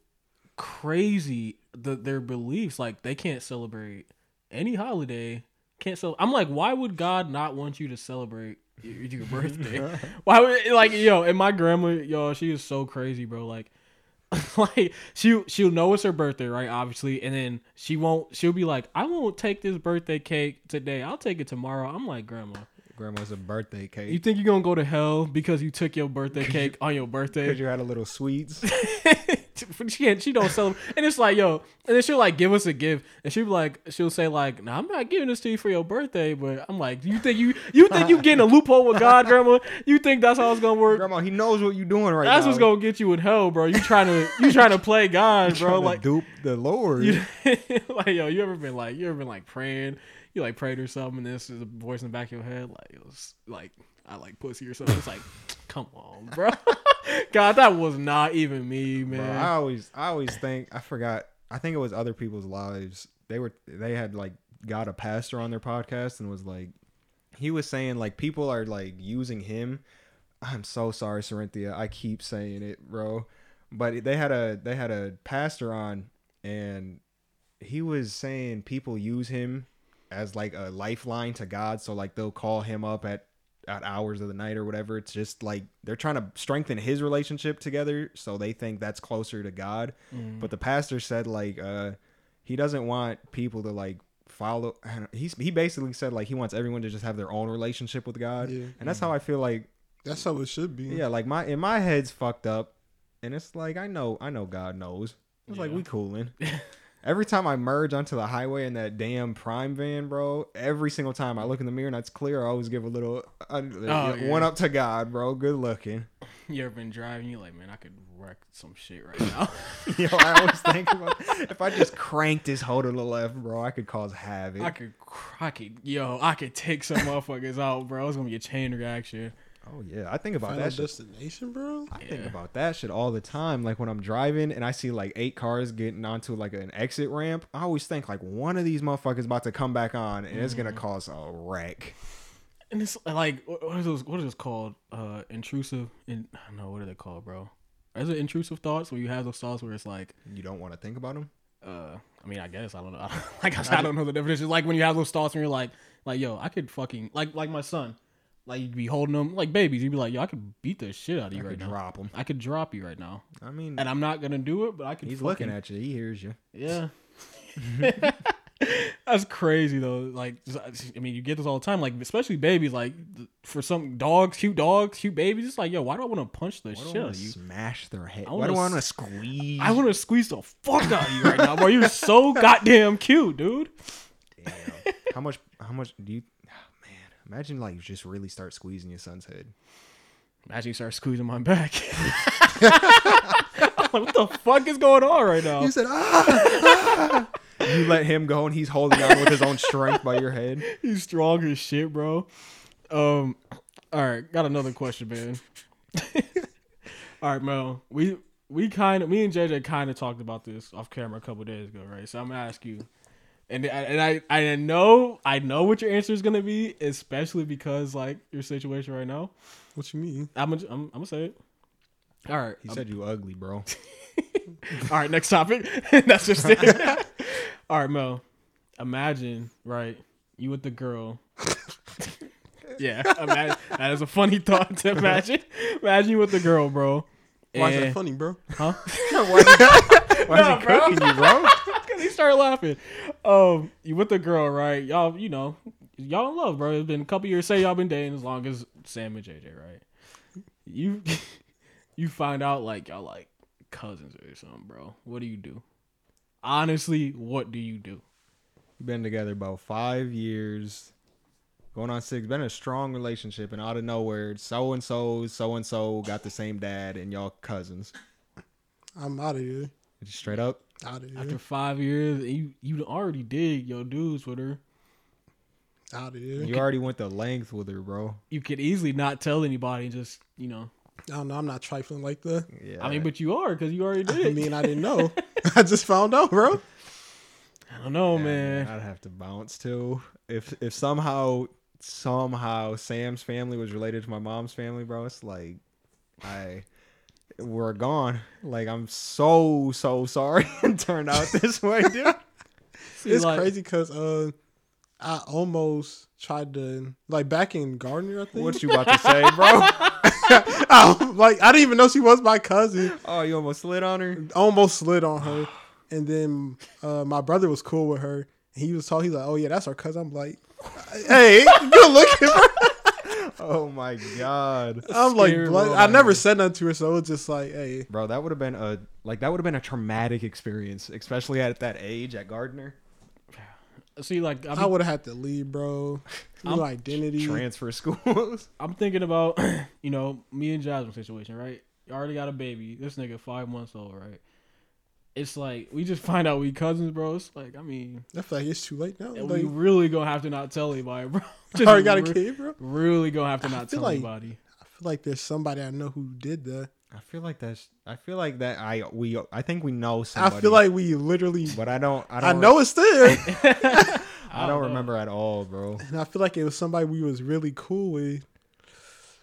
S3: crazy that their beliefs, like they can't celebrate any holiday. Can't cel- I'm like, why would God not want you to celebrate y- your birthday? why would like yo? And my grandma, yo, she is so crazy, bro. Like like she she'll know it's her birthday, right? Obviously, and then she won't. She'll be like, "I won't take this birthday cake today. I'll take it tomorrow." I'm like, "Grandma,
S1: Grandma's a birthday
S3: you
S1: cake.
S3: think you're gonna go to hell because you took your birthday cake on your birthday?"
S1: Because you had a little sweets.
S3: she can't. She don't sell them, and it's like, yo, and then she'll like give us a gift, and she'll be like, she'll say like, "No, I'm not giving this to you for your birthday." But I'm like, you think you you think you getting a loophole with God, Grandma? You think that's how it's gonna work?
S1: Grandma, he knows what you're doing right
S3: That's
S1: now.
S3: what's gonna get you in hell, bro. You trying to you trying to play God,
S1: Trying
S3: bro?
S1: to
S3: Like
S1: dupe the Lord.
S3: You, like yo, you ever been like you ever been like praying? You like prayed or something, and this is a voice in the back of your head, like it was like I like pussy or something. It's like, come on, bro. God, that was not even me, man.
S1: Bro, I always I always think I forgot. I think it was other people's lives. They were they had like got a pastor on their podcast and was like he was saying like people are like using him. I'm so sorry, Sorinthia. I keep saying it, bro. But they had a they had a pastor on and he was saying people use him as like a lifeline to God. So like they'll call him up at at hours of the night or whatever. It's just like they're trying to strengthen his relationship together, so they think that's closer to God.
S3: Mm-hmm. Mm.
S1: But the pastor said like uh he doesn't want people to like follow. I don't- He's he basically said like he wants everyone to just have their own relationship with God,
S2: Yeah.
S1: and that's how I feel like
S2: That's how it should be.
S1: yeah, like my in my head's fucked up, and it's like I know I know God knows. It's like
S3: Yeah.
S1: we cooling. every time I merge onto the highway in that damn prime van, bro, every single time I look in the mirror and it's clear, I always give a little uh, uh,
S3: Oh, yeah.
S1: one up to God, bro. Good looking.
S3: you ever been driving? You like, man, I could wreck some shit right now.
S1: Yo, I always think about, if I just crank this hoe to the left, bro, I could cause havoc.
S3: I could, cr- I could, yo, I could take some motherfuckers out, bro. It's gonna be a chain reaction.
S1: oh yeah, I think about
S2: Final
S1: that shit
S2: destination, bro.
S1: I think
S3: Yeah.
S1: about that shit all the time. Like when I'm driving and I see like eight cars getting onto like an exit ramp, I always think like one of these motherfuckers about to come back on and it's gonna
S3: Mm-hmm.
S1: cause a wreck.
S3: And it's uh, like, what what is those? What is this called? Uh, intrusive? In, I don't know what are they called, bro? Is it intrusive thoughts where you have those thoughts where it's like,
S1: You don't want to think about them.
S3: uh, I mean, I guess I don't know. I don't, like, I, I don't know the definition. Like when you have those thoughts and you're like, like, yo, I could fucking like, like my son, like you'd be holding them like babies. You'd be like, yo, I could beat the shit out of you
S1: You
S3: right
S1: could
S3: now.
S1: drop them.
S3: I could drop you right now,
S1: I mean,
S3: and I'm not gonna do it, but I could.
S1: he's
S3: fucking-
S1: looking at you. He hears you.
S3: Yeah. That's crazy though. Like, I mean, you get this all the time. Like, especially babies. Like, for some dogs, cute dogs, cute babies. It's like, yo, why do I want to punch the
S1: Why
S3: shit
S1: do I
S3: out
S1: want
S3: of
S1: to
S3: you?
S1: smash their head?
S3: I
S1: Why do I want
S3: wanna
S1: to
S3: s-
S1: squeeze?
S3: I want to squeeze the fuck out of you right now, bro. You're so goddamn cute, dude.
S1: Damn. how much? How much do you? Oh, man, imagine like you just really start squeezing your son's head.
S3: Imagine you start squeezing my back. I'm like, what the fuck is going on right now?
S2: You said ah.
S1: You let him go and he's holding on with his own strength by your head.
S3: He's strong as shit, bro. Um, all right, got another question, man. all right, Mel. We we kind of me and JJ kind of talked about this off camera a couple days ago, right? So I'm gonna ask you, and I, and I I know I know what your answer is gonna be, especially because like your situation right now.
S2: what you mean?
S3: I'm gonna I'm, I'm gonna say it. All right,
S1: He said, "You ugly, bro."
S3: All right, next topic. That's just it. All right, Mo. Imagine, right? You with the girl. yeah, imagine, that is a funny thought to imagine. Imagine you with the girl, bro.
S2: Why is
S3: and,
S2: that funny, bro?
S3: Huh?
S1: Why is
S3: No,
S1: he
S3: bro.
S1: cooking you, bro?
S3: Cause he started laughing. Um, you with the girl, right? Y'all, you know, y'all in love, bro. It's been a couple years. Say y'all been dating as long as Sam and JJ, right? You, you find out like y'all like cousins or something, bro. What do you do? Honestly, what do you do?
S1: been together about five years, going on six. Been a strong relationship, and out of nowhere, so and so, so and so got the same dad, and y'all cousins.
S2: I'm out of here.
S1: Just straight up,
S2: Out of
S3: After
S1: Mm-hmm.
S2: here.
S3: five years, you you already did your dudes with her.
S2: Out of here.
S1: You already went the length with her, bro.
S3: You could easily not tell anybody. Just you know,
S2: I don't know. I'm not trifling like that.
S1: Yeah.
S3: I mean, but you are because you already did.
S2: I
S3: it.
S2: mean, I didn't know. I just found out, bro.
S3: I don't know,
S1: Yeah,
S3: man.
S1: I'd have to bounce too. If if somehow somehow Sam's family was related to my mom's family, bro, it's like I we're gone. Like I'm so so sorry it turned out this way, dude.
S3: See,
S2: It's
S3: like,
S2: crazy because uh, I almost tried to like back in Gardner. I think.
S1: what you about to say, bro?
S2: I, like I didn't even know she was my cousin.
S1: Oh, you almost slid on her.
S2: Almost slid on her, and then uh, my brother was cool with her. He was talking. He's like, "Oh yeah, that's our cousin." I'm like, "Hey, good looking." Bro.
S1: Oh my god.
S2: I'm like,
S3: Scary
S2: "Blood."
S3: world
S2: I
S3: out
S2: never
S3: here.
S2: said nothing to her, so it was just like, "Hey,
S1: Bro, that would have been a like that would have been a traumatic experience, especially at that age at Gardner.
S3: see, like I
S2: I would have had to leave, bro. New
S3: I'm
S2: identity."
S1: Transfer schools.
S3: I'm thinking about, you know, me and Jasmine situation, right? You already got a baby. This nigga five months old, right? It's like we just find out we cousins, bro. It's like I mean,
S2: I feel like it's too late now.
S3: we
S2: Like,
S3: really gonna have to not tell anybody, bro.
S2: I already got a
S3: re-
S2: kid, bro.
S3: Really gonna have to not
S2: feel
S3: tell
S2: like-
S3: anybody.
S2: I feel like there's somebody I know who did that.
S1: I feel like that's I feel like that I we I think we know
S2: I
S1: somebody.
S2: feel like we literally.
S1: but I don't I
S2: I,
S1: don't
S2: know it's there,
S1: I don't remember at all, bro.
S2: and I feel like it was somebody we was really cool with.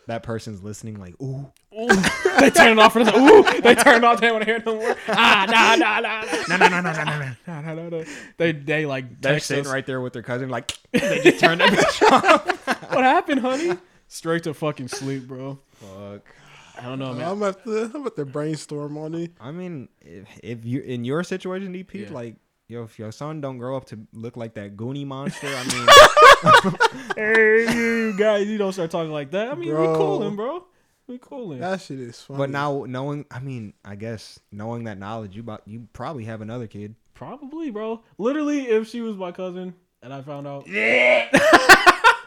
S1: That person's listening, like, ooh,
S3: Ooh, they turned it off for this. Ooh, they turned it off. They don't want to hear it no more. Ah, nah, nah, nah,
S1: no,
S3: nah.
S1: no, no, no, no, no, no.
S3: nah, nah, nah, nah. They, they like
S1: They're
S3: text
S1: sitting
S3: us.
S1: right there with their cousin, like, they just turned that bitch off.
S3: What happened, honey? Straight to fucking sleep, bro.
S1: Fuck.
S3: I don't know, man.
S2: I'm about to, I'm about to brainstorm on it.
S1: I mean, if, if you in your situation, DP,
S3: Yeah.
S1: like, yo, if your son don't grow up to look like that Goonie monster, I mean,
S3: hey, you guys, you don't start talking like that. I mean,
S2: Bro.
S3: we cooling, bro. We cooling.
S2: That shit is funny.
S1: but now knowing, I mean, I guess knowing that knowledge, you about you probably have another kid.
S3: Probably, bro. Literally, if she was my cousin and I found out,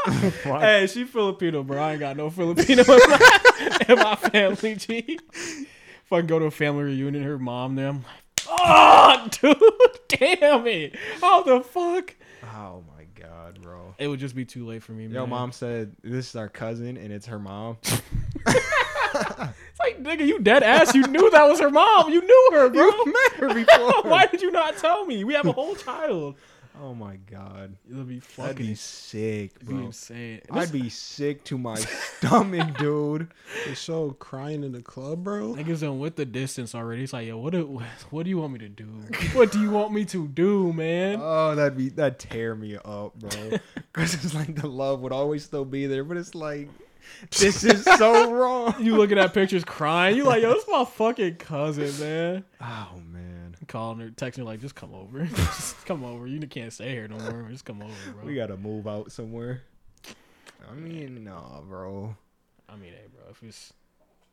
S3: hey, she Filipino, bro. I ain't got no Filipino in my, in my family. G. If I go to a family reunion, her mom there, I'm like, oh, dude, damn it, how the fuck?
S1: Oh my god, bro.
S3: It would just be too late for me, man.
S1: Yo, mom said this is our cousin, and it's her mom.
S3: It's like, nigga, you dead ass. You knew that was her mom. You knew her, bro.
S1: met her before.
S3: Why did you not tell me? We have a whole child.
S1: Oh my god,
S3: It'll be
S1: that'd
S3: fucking
S1: be sick,
S3: It'd be
S1: bro.
S3: insane.
S1: I'd be sick to my stomach, dude.
S2: the show crying in the club, bro.
S3: Niggas done with the distance already. It's like, yo, what do what do you want me to do? What do you want me to do, man?
S1: Oh, that'd be that tear me up, bro. Because it's like the love would always still be there, but it's like this is so wrong.
S3: You looking at pictures crying. You like, yo, this my fucking cousin, man.
S1: Oh man,
S3: Calling her, texting her like, just come over, just come over. You can't stay here no more. Just come over, bro.
S1: we gotta move out somewhere. I mean, nah, bro.
S3: I mean, hey, bro, if it's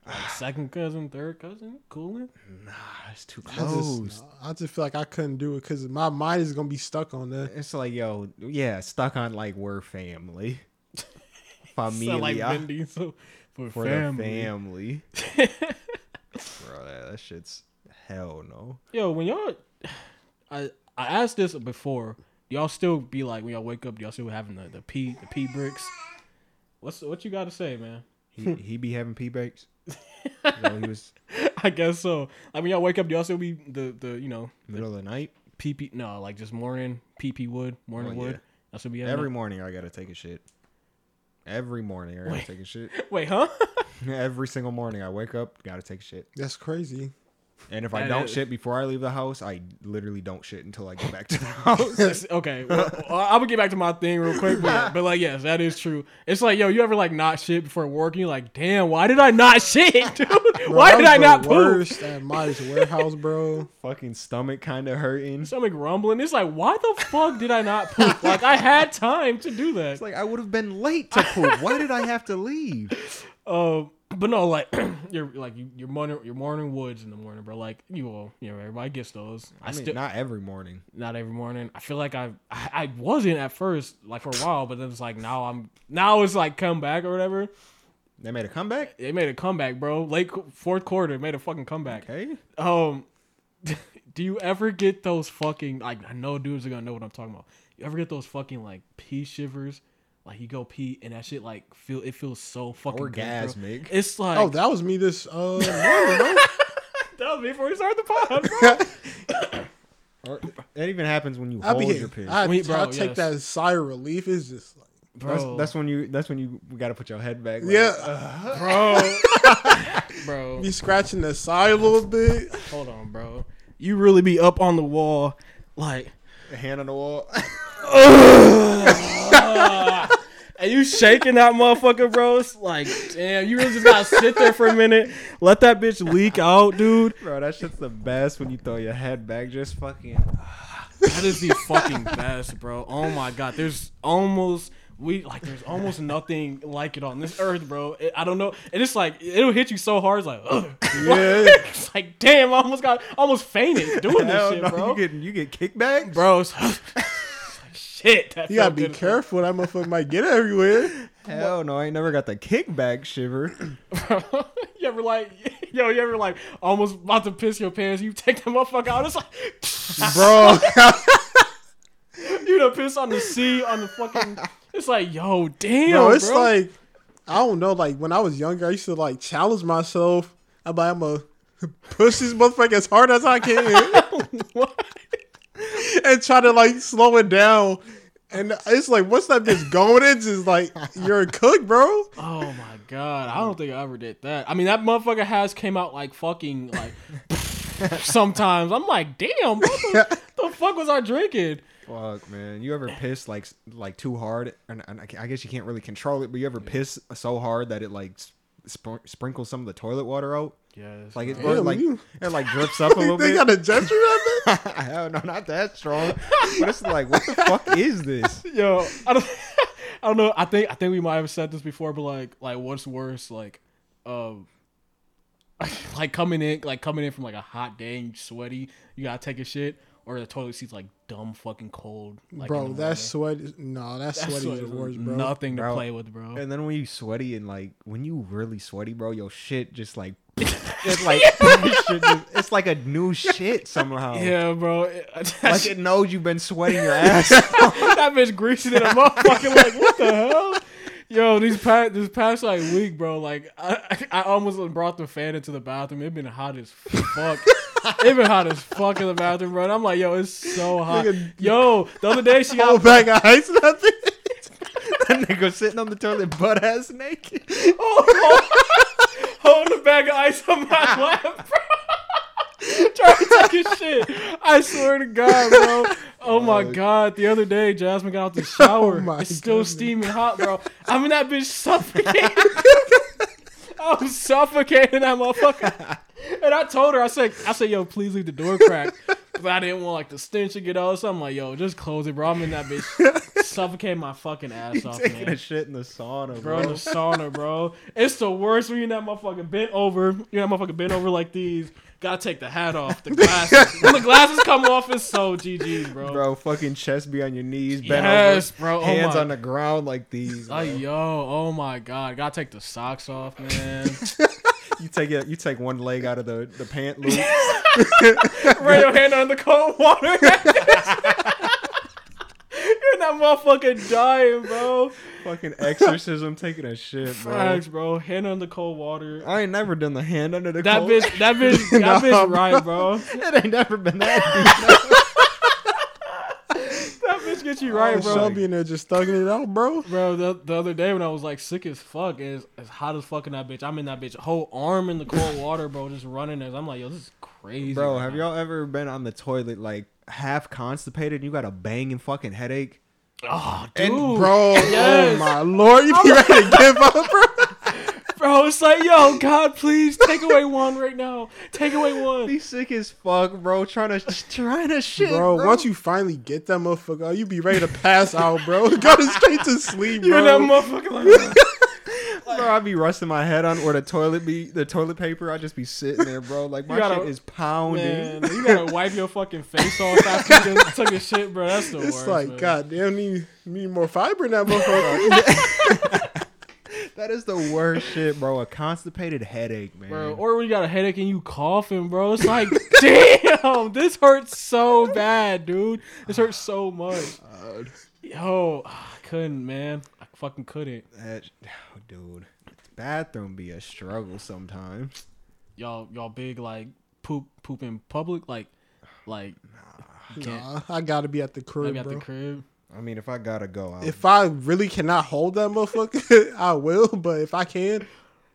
S3: like second cousin, third cousin, cooling.
S1: Nah, it's too
S2: I just,
S1: close.
S2: I just feel like I couldn't do it because my mind is gonna be stuck on that.
S1: It's like, yo, yeah, stuck on like we're family.
S3: Sound like
S1: Familia.
S3: Vin Diesel for,
S1: for
S3: family.
S1: the family. Bro, that, that shit's hell no.
S3: Yo, when y'all, I I asked this before. Do y'all still be like when y'all wake up? Do y'all still having the the pee the pee bricks? What's what you got to say, man?
S1: He he be having pee bakes. Yo, he was
S3: I guess so. I mean, y'all wake up. Do y'all still be the the you know
S1: middle of the night.
S3: pee pee? No, like just morning pee pee wood morning
S1: Oh,
S3: wood.
S1: yeah.
S3: Y'all still be having
S1: Every
S3: that?
S1: morning I gotta take a shit. Every morning I gotta
S3: Wait.
S1: take a shit.
S3: Wait, huh?
S1: Every single morning I wake up, gotta take a shit.
S2: That's crazy.
S1: And if I
S3: That
S1: don't
S3: is-
S1: shit before I leave the house, I literally don't shit until I get back to the house.
S3: That's- okay, well, I'm gonna get back to my thing real quick, but, but like, yes, that is true. It's like, yo, you ever like not shit before work? And you're like, damn, why did I not shit, dude?
S2: Bro,
S3: why
S2: that
S3: did
S2: was the
S3: I not poop?
S2: Worst at Myers Warehouse, bro.
S1: Fucking stomach kinda hurting.
S3: stomach rumbling. It's like, why the fuck did I not poop? Like, I had time to do that.
S1: It's like I would have been late to poop. Why did I have to leave?
S3: Um, but no, like, you're like you, you're morning, you're morning woods in the morning, bro. Like, you all, you know, everybody gets those.
S1: I
S3: I,
S1: mean,
S3: still not,
S1: not every morning.
S3: every morning. I feel like I, I I wasn't at first, like for a while, but then it's like now I'm now it's like come back or whatever.
S1: They made a comeback.
S3: They made a comeback, bro. Late qu- fourth quarter, made a fucking comeback.
S1: Okay.
S3: Um, do you ever get those fucking like I know dudes are gonna know what I'm talking about. You ever get those fucking like pee shivers? Like you go pee and that shit like feel it feels so fucking good, bro.
S1: Orgasmic.
S3: It's like
S2: Oh, that was me this uh morning, bro.
S3: that was before we started the pod. bro.
S1: Or, that even happens when you
S2: I
S1: hold
S2: be
S1: your
S2: here.
S1: piss.
S2: I,
S3: Wait, bro,
S2: I take
S3: yes.
S2: that sigh of relief. It's just like,
S1: That's,
S3: Bro.
S1: that's when you. That's when you, got to put your head back. like, uh,
S2: yeah,
S3: bro. bro,
S2: be scratching the side a little bit.
S3: hold on, bro. You really be up on the wall, like,
S1: hand on the wall.
S3: and you shaking that motherfucker, bro. It's like, damn, you really just gotta sit there for a minute, let that bitch leak out, dude.
S1: Bro, that shit's the best when you throw your head back. Just fucking.
S3: That is the fucking best, bro. Oh my god, there's almost we like there's almost nothing like it on this earth, bro. It- I don't know, and it's like it'll hit you so hard, it's like, ugh.
S2: Yeah.
S3: it's like damn, I almost got almost fainted doing this
S1: Hell
S3: shit,
S1: no,
S3: bro.
S1: You get you get kickbacks,
S3: bro. It's it's like, shit. That
S2: You gotta
S3: felt
S2: be
S3: good.
S2: careful. That motherfucker might get everywhere.
S1: Hell no, I ain't never got the kickback shiver.
S3: you ever like, yo, you ever like almost about to piss your pants? You take the motherfucker out. It's like,
S2: Bro,
S3: you done piss on the sea, on the fucking. It's like, yo, damn,
S2: bro, it's
S3: bro.
S2: like I don't know. Like when I was younger, I used to like challenge myself. I'm like, I'm gonna push this motherfucker as hard as I can
S3: What?
S2: and try to like slow it down. And it's like once that bitch going, it's just like you're a cook, bro.
S3: Oh my god, I don't think I ever did that. I mean, that motherfucker has came out like fucking like. sometimes I'm like, damn, what the, the fuck was I drinking?
S1: Fuck, man. You ever piss like s- like too hard? And, and I ca- I guess you can't really control it, but you ever piss so hard that it like sp- sprinkles some of the toilet water out?
S3: Yeah,
S1: Like it, or
S2: Damn,
S1: like
S2: you-
S1: it like drips up a little
S2: they
S1: bit.
S2: got a gesture on that.
S1: Hell no, not that strong. But it's like, what the fuck is this?
S3: Yo, I don't, I don't know. I think I think we might have said this before, but like, like what's worse, like, um, like coming in, like coming in from like a hot day and you sweaty, you gotta take a shit, or the toilet seat's like dumb fucking cold. Like, in
S2: bro,
S3: the
S2: that
S3: morning.
S2: sweat. is- No, that
S3: That
S2: sweat
S3: sweat
S2: is the
S3: is
S2: worst, bro.
S3: Nothing to
S1: Bro.
S3: play with, bro.
S1: And then when you sweaty and like when you really sweaty, bro, your shit just like it's like shit just- it's like a new shit somehow.
S3: yeah, bro.
S1: Like it knows you've been sweating your ass.
S3: that bitch greasing in a motherfucking like what the hell? Yo, these past this past like week, bro. Like I, I almost brought the fan into the bathroom. It been hot as fuck. it been hot as fuck in the bathroom, bro. And I'm like, yo, it's so hot.
S2: Nigga.
S3: Yo, the other day she
S2: Whole
S3: got
S2: bag of ice, nothing.
S1: that nigga sitting on the toilet butt ass naked.
S3: holding a bag of ice on my lap, bro. Trying to take a shit. I swear to God, bro. Oh my God. The other day, Jasmine got out the
S2: Uh, Oh
S3: shower.
S2: my
S3: it's still
S2: goodness.
S3: steaming hot, bro. I'm in that bitch suffocating. I'm suffocating that motherfucker. And I told her, I said, I said, yo, please leave the door cracked. But I didn't want like the stench to get out. So I'm like, yo, just close it, bro. I'm in that bitch suffocating my fucking ass off,
S1: Taking
S3: Oh, man
S1: a shit in the sauna,
S3: bro. In the
S1: bro.
S3: sauna, bro. It's the worst when you're not motherfucking bent over. You're not motherfucking bent over like these. Gotta take the hat off. The glasses. when the glasses come off, it's so GG's, bro.
S1: Bro, fucking chest be on your knees, bent
S3: yes,
S1: over,
S3: bro. Oh
S1: hands
S3: my.
S1: on the ground like these.
S3: Oh,
S1: bro.
S3: yo, oh my god, gotta take the socks off, man.
S1: You take it, you take one leg out of the, the pant loop.
S3: Run your hand under the cold water. You're not motherfucking dying, bro.
S1: fucking exorcism, taking a shit, bro.
S3: Facts, bro. Hand under cold water.
S1: I ain't never done the hand under the
S3: That
S1: cold.
S3: bitch, that bitch, that
S2: Nah,
S3: bitch, right, bro.
S1: It ain't never been that deep.
S3: That bitch gets you right,
S1: Oh,
S3: bro.
S1: shit.
S2: Shelby in there just thugging it out, bro.
S3: Bro, the, the other day when I was like sick as fuck, as as hot as fuck in that bitch. I'm in that bitch, whole arm in the cold water, bro, just running as I'm like, yo, this is crazy,
S1: Bro,
S3: right
S1: have
S3: now.
S1: y'all ever been on the toilet like half constipated and you got a banging fucking headache?
S3: Oh, dude,
S1: And
S3: bro,
S2: Bro,
S3: Yes.
S2: oh my lord, you be ready to give up, bro.
S3: it's like, yo, God, please take away one right now, take away one.
S1: Be sick as fuck, bro. Trying to trying to shit,
S2: Bro,
S1: bro.
S2: once you finally get that motherfucker, out, you be ready to pass out, bro. Go straight to sleep,
S3: You're that
S2: bro.
S3: motherfucker. Like,
S1: bro, I be resting my head on where the toilet be the toilet paper. I just be sitting there, bro. Like my
S3: You gotta-
S1: shit is pounding.
S3: man, you gotta wipe your fucking face off after you just took a shit, bro. That's the
S2: it's
S3: worst.
S2: like,
S3: man.
S2: goddamn, need need more fiber in that motherfucker.
S1: That is the worst shit, bro. A constipated headache, man.
S3: bro. Or when you got a headache and you coughing, bro. It's like, damn, this hurts so bad, dude. This hurts so much. Yo, ah, I couldn't, man. I fucking couldn't.
S1: That- oh, dude, bathroom be a struggle sometimes.
S3: Y'all, y'all big like poop, poop in public, like, like
S2: Nah, I gotta be at the crib,
S3: maybe at
S2: bro.
S3: the crib.
S1: I mean, if I gotta go, I'll,
S2: If I really cannot hold that motherfucker, I will. But if I can,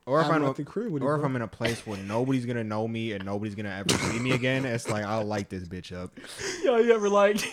S1: or if
S2: I'm
S1: I'm,
S2: at the crib with it,
S1: or if
S2: bro.
S1: I'm in a place where nobody's gonna know me and nobody's gonna ever see me again, it's like I'll light this bitch up.
S3: Yo, you ever like,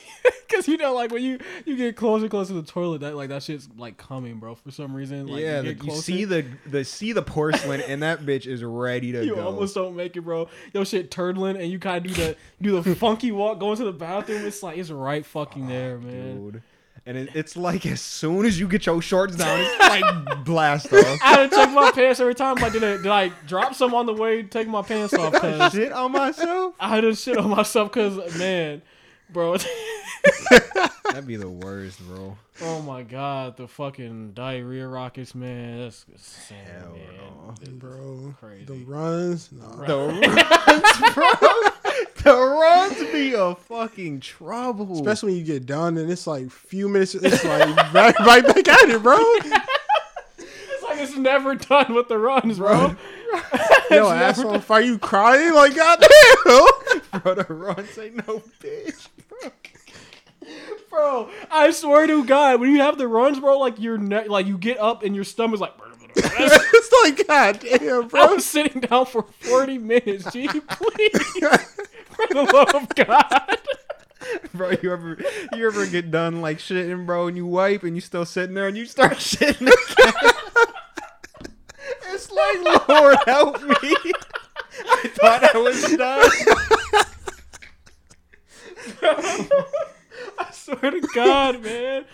S3: cause you know, like when you you get closer, and closer to the toilet, that like that shit's like coming, bro. For some reason, like,
S1: yeah,
S3: you,
S1: the,
S3: get
S1: you
S3: closer,
S1: see the the see the porcelain, and that bitch is ready to
S3: You
S1: go.
S3: almost don't make it, bro. Yo, shit, turtling, and you kind of do the do the funky walk going to the bathroom. It's like it's right fucking there, man.
S1: Ah, dude. And it, it's like as soon as you get your shorts down, it's like blast off.
S3: I had to take my pants every time. Like, did I, did I drop some on the way to take my pants off?
S1: I
S3: Cause
S1: shit on myself.
S3: I had to shit on myself. Cause man, bro,
S1: That'd be the worst, bro.
S3: oh my god, the fucking diarrhea rockets, man. That's insane,
S1: Hell
S3: man.
S1: no.
S3: This is
S2: bro,
S3: crazy.
S2: the runs, nah.
S1: The runs, bro. The runs be a fucking trouble.
S2: Especially when you get done and it's like few minutes, it's like right, right back at it, bro.
S3: It's like it's never done with the runs, bro.
S2: Yo, ass on fire, you crying like goddamn.
S1: bro, the runs ain't no bitch, bro.
S3: bro, I swear to God, when you have the runs, bro, like you're ne- like you get up and your stomach's like.
S2: it's like goddamn,
S3: I
S2: bro.
S3: was sitting down for 40 minutes. Gee, please, for the love of God.
S1: Bro, you ever you ever get done like shitting, bro, and you wipe and you still sitting there and you start shitting again. it's like Lord help me. I thought I was done.
S3: I swear to God, man.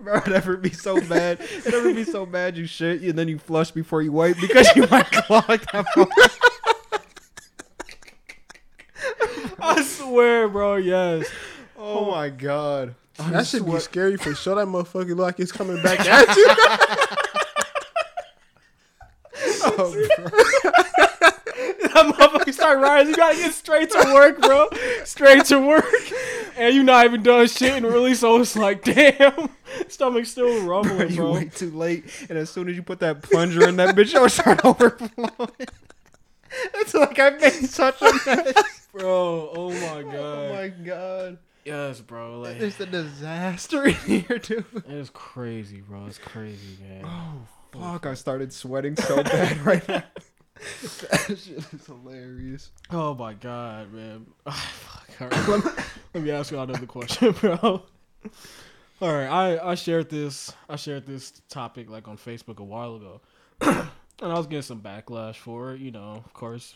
S1: Bro, it'd ever be so bad. It'd ever be so bad you shit and then you flush before you wipe because you might clog that fucking-
S3: I swear, bro. Yes.
S1: Oh my god.
S2: That should be scary for sure. That motherfucker look like it's coming back at you.
S1: Oh, bro.
S3: That motherfucker start rising. You gotta get straight to work, bro. Straight to work. And you not even done shit and really, so it's like, damn. Stomach's still rumbling,
S1: You
S3: bro.
S1: wait too late, and as soon as you put that plunger in that bitch, it'll start overflowing. It's like I made such a mess.
S3: Bro, oh my God.
S1: Oh my god.
S3: Yes, bro. Like,
S1: It's a disaster in here, dude.
S3: it's crazy, bro. It's crazy, man.
S1: Fuck, I started sweating so bad right now. that shit is hilarious.
S3: Oh my god, man. Fuck. All right. let, let me ask you another question, bro. All right, I, I shared this I shared this topic like on Facebook a while ago, and I was getting some backlash for it, you know, of course.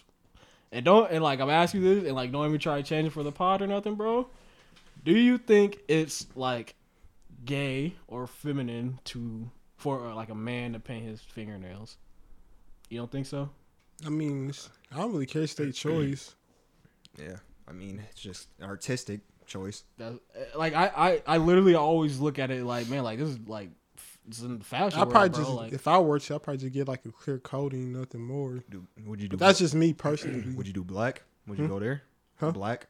S3: And don't and like I'm asking you this, and like don't even try to change it for the pod or nothing, bro. Do you think it's like gay or feminine to for uh, like a man to paint his fingernails? You don't think so?
S2: I mean, it's- I don't really care state choice.
S1: Yeah, I mean, it's just artistic choice.
S3: That, uh, like I, I, I literally always look at it like, man, like this is like f- this is in the fashion.
S2: I
S3: world,
S2: probably
S3: bro.
S2: just,
S3: like,
S2: if I were to, I probably just get like a clear coating, nothing more.
S1: Do, would you do?
S2: But that's just me personally.
S1: would you do black? Would you go there?
S2: Huh?
S1: Black.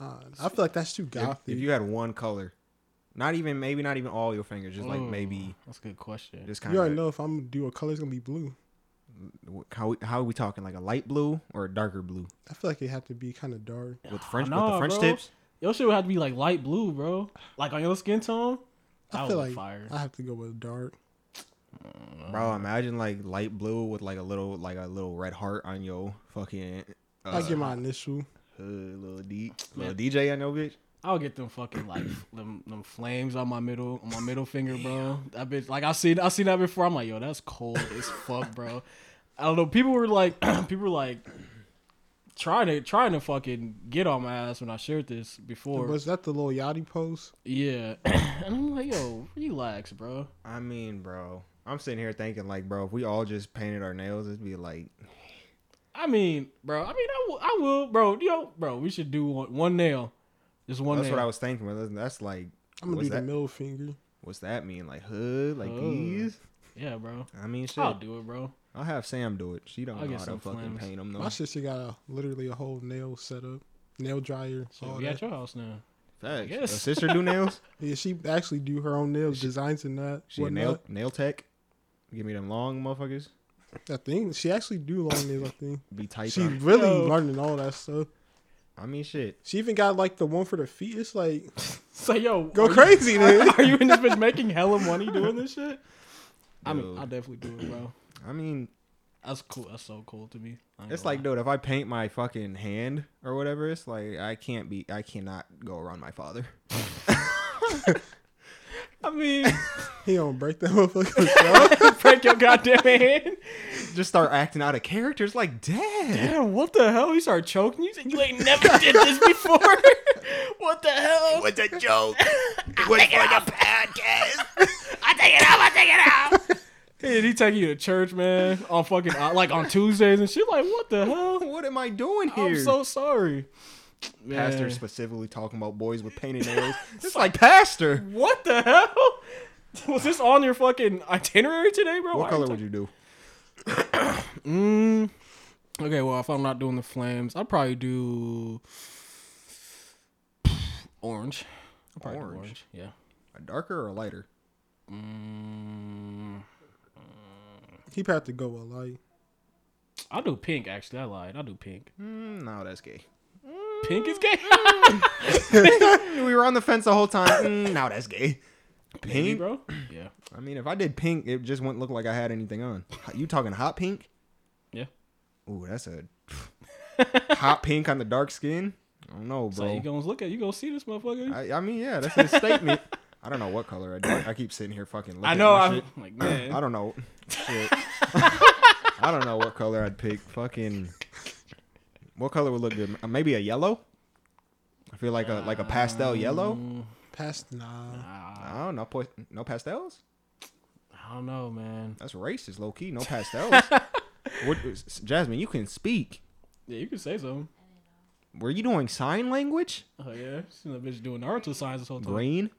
S2: Uh, I feel like that's too
S1: If,
S2: gothy.
S1: if you had one color, not even maybe not even all your fingers, just like
S3: ooh,
S1: maybe
S3: that's a good question.
S1: just kind
S2: You already
S1: of
S2: know if I'm gonna do a color, it's gonna be blue.
S1: how how are we talking? Like a light blue or a darker blue
S2: I feel like it have to be kind of dark.
S1: with French with
S3: Nah,
S1: the French
S3: bro.
S1: tips?
S3: Your shit would have to be like light blue, bro. Like on your skin tone.
S2: I
S3: That
S2: feel
S3: would be
S2: like
S3: fire.
S2: I have to go with dark.
S1: Bro, imagine like light blue with like a little like a little red heart on your fucking uh,
S2: I get my initial.
S1: hood, little D
S3: Man.
S1: little DJ on your bitch.
S3: I'll get them fucking like them, them flames on my middle on my middle finger, bro. That bitch, like I seen I seen that before. I'm like, yo, that's cold as fuck, bro. I don't know. People were like, people were like trying to trying to fucking get on my ass when I shared this before.
S2: Was that the little Yachty post?
S3: Yeah. and I'm like, yo, relax, bro.
S1: I mean, bro, I'm sitting here thinking like, bro, if we all just painted our nails, it'd be like
S3: I mean, bro, I mean, I will, I will bro, yo, bro, we should do one, one nail. Just one
S1: that's
S3: nail.
S1: what I was thinking. But that's like,
S2: I'm gonna
S1: what's
S2: do the
S1: that?
S2: middle finger.
S1: What's that mean? Like hood, like
S3: Oh.
S1: these?
S3: Yeah, bro.
S1: I mean, shit.
S3: I'll
S1: I'll,
S3: do it, bro.
S1: have Sam do it. She don't
S3: I'll
S1: know
S3: get
S1: how to
S3: some
S1: fucking
S3: flames.
S1: paint them though.
S2: My sister got a literally a whole nail setup, nail dryer.
S3: So
S2: all
S3: we
S2: that.
S3: at your house now.
S1: Facts.
S3: Yes.
S1: A sister do nails.
S2: Yeah, she actually do her own nails, designs and that.
S1: She a nail nail tech. Give me them long motherfuckers.
S2: I think she actually do long nails. I think
S1: Be tight.
S2: she
S1: on-
S2: really
S3: Yo.
S2: learning all that stuff.
S1: I mean, shit.
S2: She even got like the one for the feet. It's like
S3: So yo,
S2: go
S3: are you-
S2: crazy, then.
S3: Are you in this bitch making hella money doing this shit? I mean,
S1: Dude.
S3: I'll definitely do it, bro.
S1: I mean,
S3: That's cool. That's so cool to me. I ain't
S1: it's
S3: gonna
S1: like, dude, if I paint my fucking hand or whatever, it's like I can't be, I cannot go around my father.
S3: lie. I mean,
S2: He gonna break that motherfucker.
S3: break your goddamn hand.
S1: Just start acting out of characters like dad.
S3: Damn, what the hell? You start choking. You said you ain't never did this before. what the hell?
S1: What's a joke? What's like a podcast?
S3: Hey, he take you to church, man, on fucking uh, like on Tuesdays and shit. Like, what the hell?
S1: What am I doing here?
S3: I'm so sorry, man.
S1: Pastor specifically talking about boys with painted nails. It's like pastor.
S3: What the hell? Was this on your fucking itinerary today, bro?
S1: What color would you do?
S3: Mm, okay, well, if I'm not doing the flames, I'll probably do orange. I'll probably do
S1: Orange.
S3: Yeah.
S1: A darker or a lighter?
S3: Mm,
S2: he would have to go with like
S3: I'll do pink. Actually, I lied. I'll do pink.
S1: Mm, no, that's gay.
S3: Pink is gay.
S1: we were on the fence the whole time. Mm, now that's gay.
S3: Maybe,
S1: Pink,
S3: bro. Yeah.
S1: I mean, if I did pink, it just wouldn't look like I had anything on. You talking hot pink?
S3: Yeah.
S1: Ooh, that's a hot pink on the dark skin. I don't know,
S3: So
S1: bro.
S3: you gonna look at you gonna see this motherfucker?
S1: I, I mean, yeah, that's a statement. I don't know what color I do. I keep sitting here fucking. Looking
S3: I know.
S1: At my
S3: I'm
S1: shit.
S3: like, man.
S1: I don't know. Shit. I don't know what color I'd pick. Fucking. What color would look good? Uh, Maybe a yellow. I feel like a like a pastel yellow.
S3: Mm,
S2: past nah.
S3: I
S1: I don't know. po- No pastels.
S3: I don't know, man.
S1: That's racist, low key. No pastels. what, uh, Jasmine, you can speak.
S3: Yeah, you can say something.
S1: Were you doing sign language?
S3: Oh yeah, seen that bitch doing Naruto signs this whole time.
S1: Green?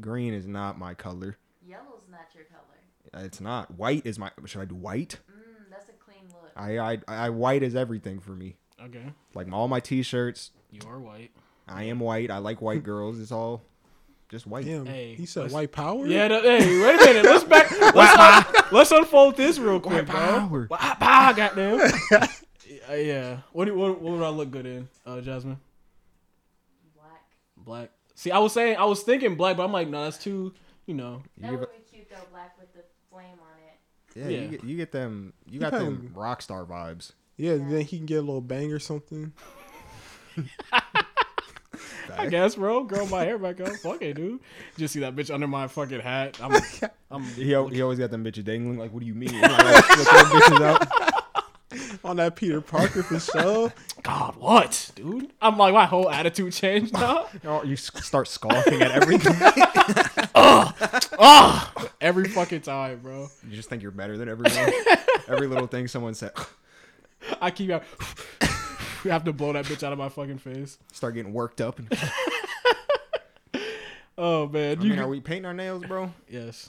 S1: Green is not my color.
S4: Yellow's not your color.
S1: It's not. White is my. Should I do white?
S4: Mm, that's a clean look.
S1: I I, I white is everything for me.
S3: Okay,
S1: Like all my t-shirts.
S3: you are white.
S1: I am white. I like white girls. It's all just white.
S2: Damn,
S3: Hey,
S2: he said
S3: let's-
S2: white power.
S3: Yeah, no, hey, wait a minute. Let's back. Let's, un- let's unfold this real quick, bro.
S1: Power.
S3: Wah, bah, goddamn. Uh, yeah. What, do- what what would I look good in, uh, Jasmine?
S4: Black.
S3: Black. See, I was saying I was thinking black, but I'm like, no, that's too. You know,
S1: You
S4: That
S1: give
S4: would
S1: a-
S4: be cute though, black with the flame on it.
S1: yeah,
S3: Yeah.
S1: You, get, you get them. You got them rock star vibes.
S2: yeah. Then he can get a little bang or something.
S3: I guess, bro. Grow my hair back up. Fuck it, dude. Just see that bitch under my fucking hat. I'm, I'm
S1: He, al- he always got them bitches dangling. Like, what do you mean? Like, flip them bitches out.
S2: On that Peter Parker for sure.
S3: God, what, dude? I'm like, my whole attitude changed now.
S1: Oh, You s- start scoffing at everything.
S3: Ugh! Every fucking time, bro.
S1: You just think you're better than everyone. Every little thing someone said.
S3: I keep out. We have to blow that bitch out of my fucking face.
S1: Start getting worked up. And,
S3: Oh man,
S1: I
S3: you
S1: mean, are we painting our nails, bro?
S3: yes.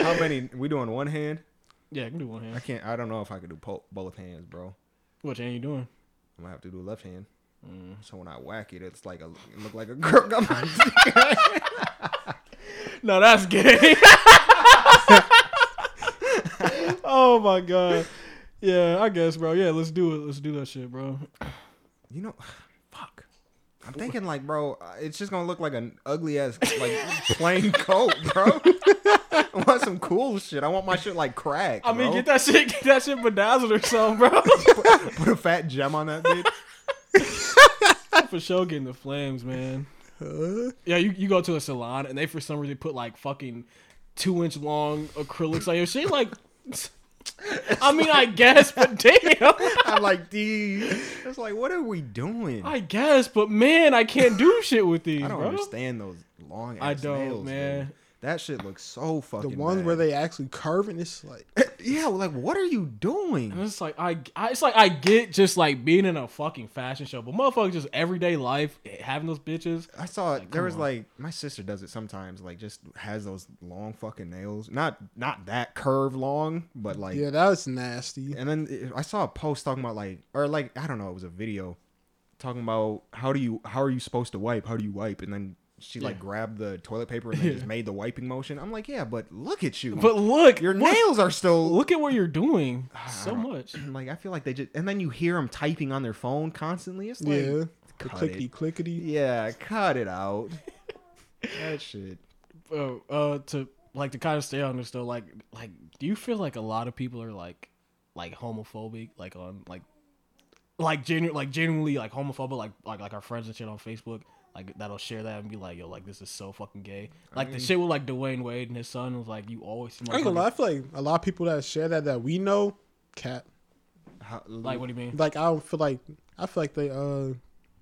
S1: How many? We doing one hand?
S3: Yeah, I can do one
S1: I
S3: hand.
S1: can't. I don't know if I could do po- both hands, bro.
S3: What hand you doing?
S1: I'm gonna have to do left hand.
S3: Mm.
S1: So when I whack it, it's like a it look like a girl. Come on.
S3: No, that's gay. oh my god. Yeah, I guess, bro. Yeah, let's do it. Let's do that shit, bro.
S1: You know, fuck. I'm thinking like, bro, uh, it's just gonna look like an ugly ass like plain coat, bro. I want some cool shit. I want my shit like crack.
S3: I mean,
S1: bro.
S3: get that shit, get that shit bedazzled or something, bro.
S1: Put, put a fat gem on that bitch.
S3: For sure, getting the flames, man.
S2: Huh?
S3: Yeah, you, you go to a salon and they for some reason put like fucking two inch long acrylics on your shit. Like, I mean, I guess, but damn,
S1: I'm like, dude, it's like, what are we doing?
S3: I guess, but man, I can't do shit with these.
S1: I don't
S3: bro.
S1: understand those long. Ass
S3: I don't,
S1: nails, dude.
S3: man.
S1: That shit looks so
S2: The
S1: fucking.
S2: ones
S1: bad.
S2: where they actually curving, it's like
S1: Yeah, well, like what are you doing?
S3: And it's like I, I, it's like I get just like being in a fucking fashion show, but motherfuckers just everyday life eh, having those bitches.
S1: I saw
S3: come
S1: there was
S3: on.
S1: like my sister does it sometimes, like just has those long fucking nails. Not not that curve long, but like
S2: yeah, that was nasty.
S1: and then it- I saw a post talking about like or like I don't know, it was a video talking about how do you how are you supposed to wipe? How do you wipe? And then she like
S3: Yeah.
S1: grabbed the toilet paper and then just made the wiping motion. I'm like, yeah, but look at you.
S3: But look,
S1: your
S3: look,
S1: nails are still
S3: Look at what you're doing. So
S1: don't-
S3: much.
S1: like I feel like they just and then you hear them typing on their phone constantly. It's like
S2: Yeah, the
S1: cut
S2: clickety
S1: it.
S2: clickety.
S1: Yeah, cut it out. that shit.
S3: uh, uh to like to kind of stay on this though like like do you feel like a lot of people are like like homophobic like on like like genuine like genuinely like homophobic like like like our friends and shit on facebook like that'll share that and be like yo like this is so fucking gay like the shit with like dwayne wade and his son was like you always seem
S2: I ain't
S3: like,
S2: gonna lie, I feel like a lot of people that share that that we know, cap.
S1: How,
S3: like what do you mean
S2: Like I don't feel like I feel like they uh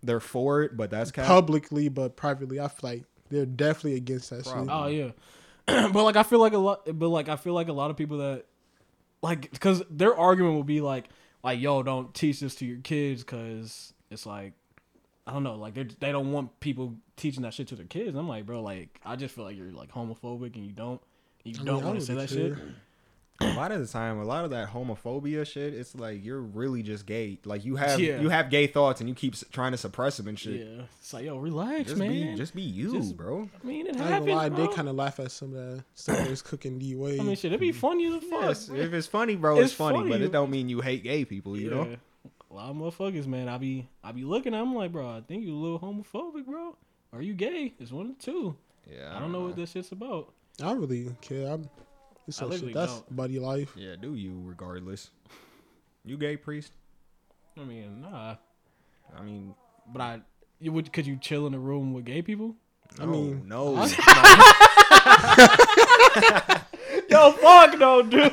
S1: they're for it, but that's kind of
S2: publicly but privately I feel like they're definitely against that shit.
S1: Probably.
S3: Oh yeah, but like I feel like a lot, but like I feel like a lot of people that like because their argument will be like like yo don't teach this to your kids because it's like I don't know like they they don't want people teaching that shit to their kids. I'm like bro like I just feel like you're like homophobic and you don't you
S2: mean,
S3: don't
S2: I
S3: want
S2: would
S3: to say
S2: be
S3: that
S2: too.
S3: shit.
S1: a lot of the time. A lot of that homophobia shit. It's like you're really just gay. Like you have
S3: Yeah.
S1: you have gay thoughts, and you keep s- trying to suppress them and shit.
S3: Yeah, it's like yo relax
S1: Just
S3: man.
S1: be just be you,
S3: Just-
S1: bro.
S3: I mean it
S2: I ain't gonna
S3: happens.
S2: lie, I
S3: bro.
S2: did kind of laugh at some of that stuff they was cooking D Wade.
S3: I mean shit it'd be funny as fuck.
S1: Yes,
S3: bro.
S1: if it's funny, bro,
S3: It's
S1: it's, funny, but
S3: funny.
S1: it don't mean you hate gay people. You know,
S3: Yeah. A lot of motherfuckers, man. I be I be looking at them like, bro, I think you a little homophobic, bro. Are you gay? It's one of the two.
S1: yeah.
S3: I don't know what this shit's about.
S2: I don't really care. I'm, it's
S3: I
S2: some shit.
S3: literally
S2: That's
S3: don't.
S2: buddy life.
S1: Yeah, do you regardless? You gay priest?
S3: I mean, nah.
S1: I mean,
S3: But I you would could you chill in a room with gay people?
S1: no,
S2: I mean,
S1: no.
S3: Yo, fuck no, dude.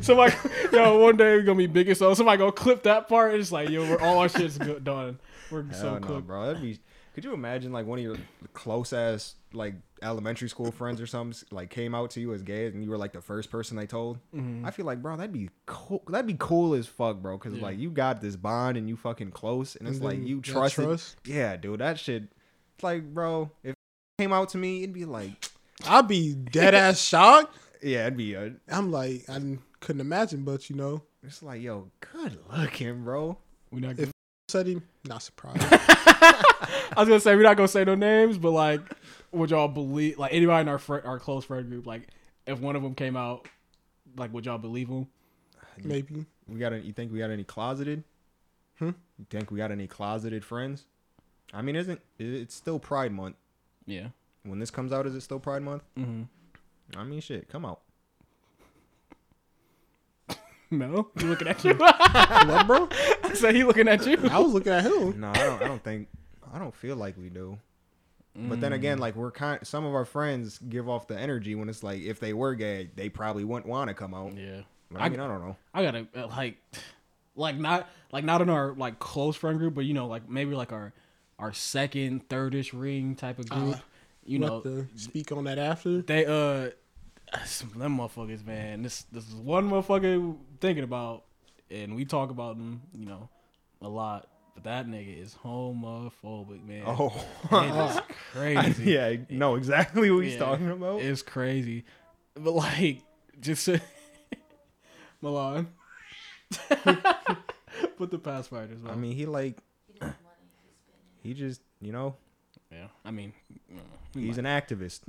S3: Somebody, yo, one day we're gonna be big as hell. Somebody gonna clip that part. It's like, yo, we're all our shit's good, done. We're so
S1: Hell no,
S3: cooked.
S1: bro. That'd be. Could you imagine like one of your close ass like elementary school friends or something like came out to you as gay and you were like the first person they told? I feel like, bro, that'd be cool. That'd be cool as fuck, bro. Because
S3: Mm-hmm. Yeah. Mm-hmm.
S1: like you got this bond and you fucking close, and it's
S2: And
S1: like
S2: then
S1: you
S2: that
S1: trust, it.
S2: trust.
S1: Yeah, dude, that shit. It's like, bro, if came out to me, it'd be like,
S2: I'd be dead ass shocked.
S1: yeah, it'd be a.
S2: I'm like, I didn't- couldn't imagine, but you know,
S1: It's like, yo, good looking, bro.
S3: We're not.
S2: If-
S3: Gonna,
S2: setting, not surprised.
S3: I was gonna say we're not gonna say no names, but like, would y'all believe like anybody in our friend, our close friend group, like if one of them came out, like would y'all believe him?
S2: Maybe.
S1: We got any? You think we got any closeted?
S2: Hmm?
S1: You think we got any closeted friends? I mean, isn't it- it's still Pride Month?
S3: Yeah.
S1: When this comes out, is it still Pride Month?
S3: hmm
S1: I mean, shit, come out.
S3: No, he looking at you.
S2: what, bro?
S3: so he looking at you.
S2: I was looking at him.
S1: No, I don't. I don't think. I don't feel like we do. But then
S3: Mm.
S1: again, like we're kind. Some of our friends give off the energy when it's like if they were gay, they probably wouldn't want to come out.
S3: Yeah.
S1: I mean, I don't know.
S3: I gotta uh, like, like not like not in our like close friend group, but you know, like maybe like our our second, thirdish ring type of group. you
S2: You
S3: know,
S2: know, to speak on that after.
S3: they uh, some of them motherfuckers, man. This this is one motherfucker thinking about, and we talk about him, you know, a lot. But that nigga is homophobic, man.
S1: Oh,
S3: it is crazy.
S1: yeah, no, exactly what he's
S3: Yeah.
S1: talking about.
S3: It's crazy. But like just Milan. Put the pass fighters on.
S1: I mean, he like
S4: He doesn't want it. He's been in.
S1: he just you know
S3: yeah. I mean
S1: He's an activist.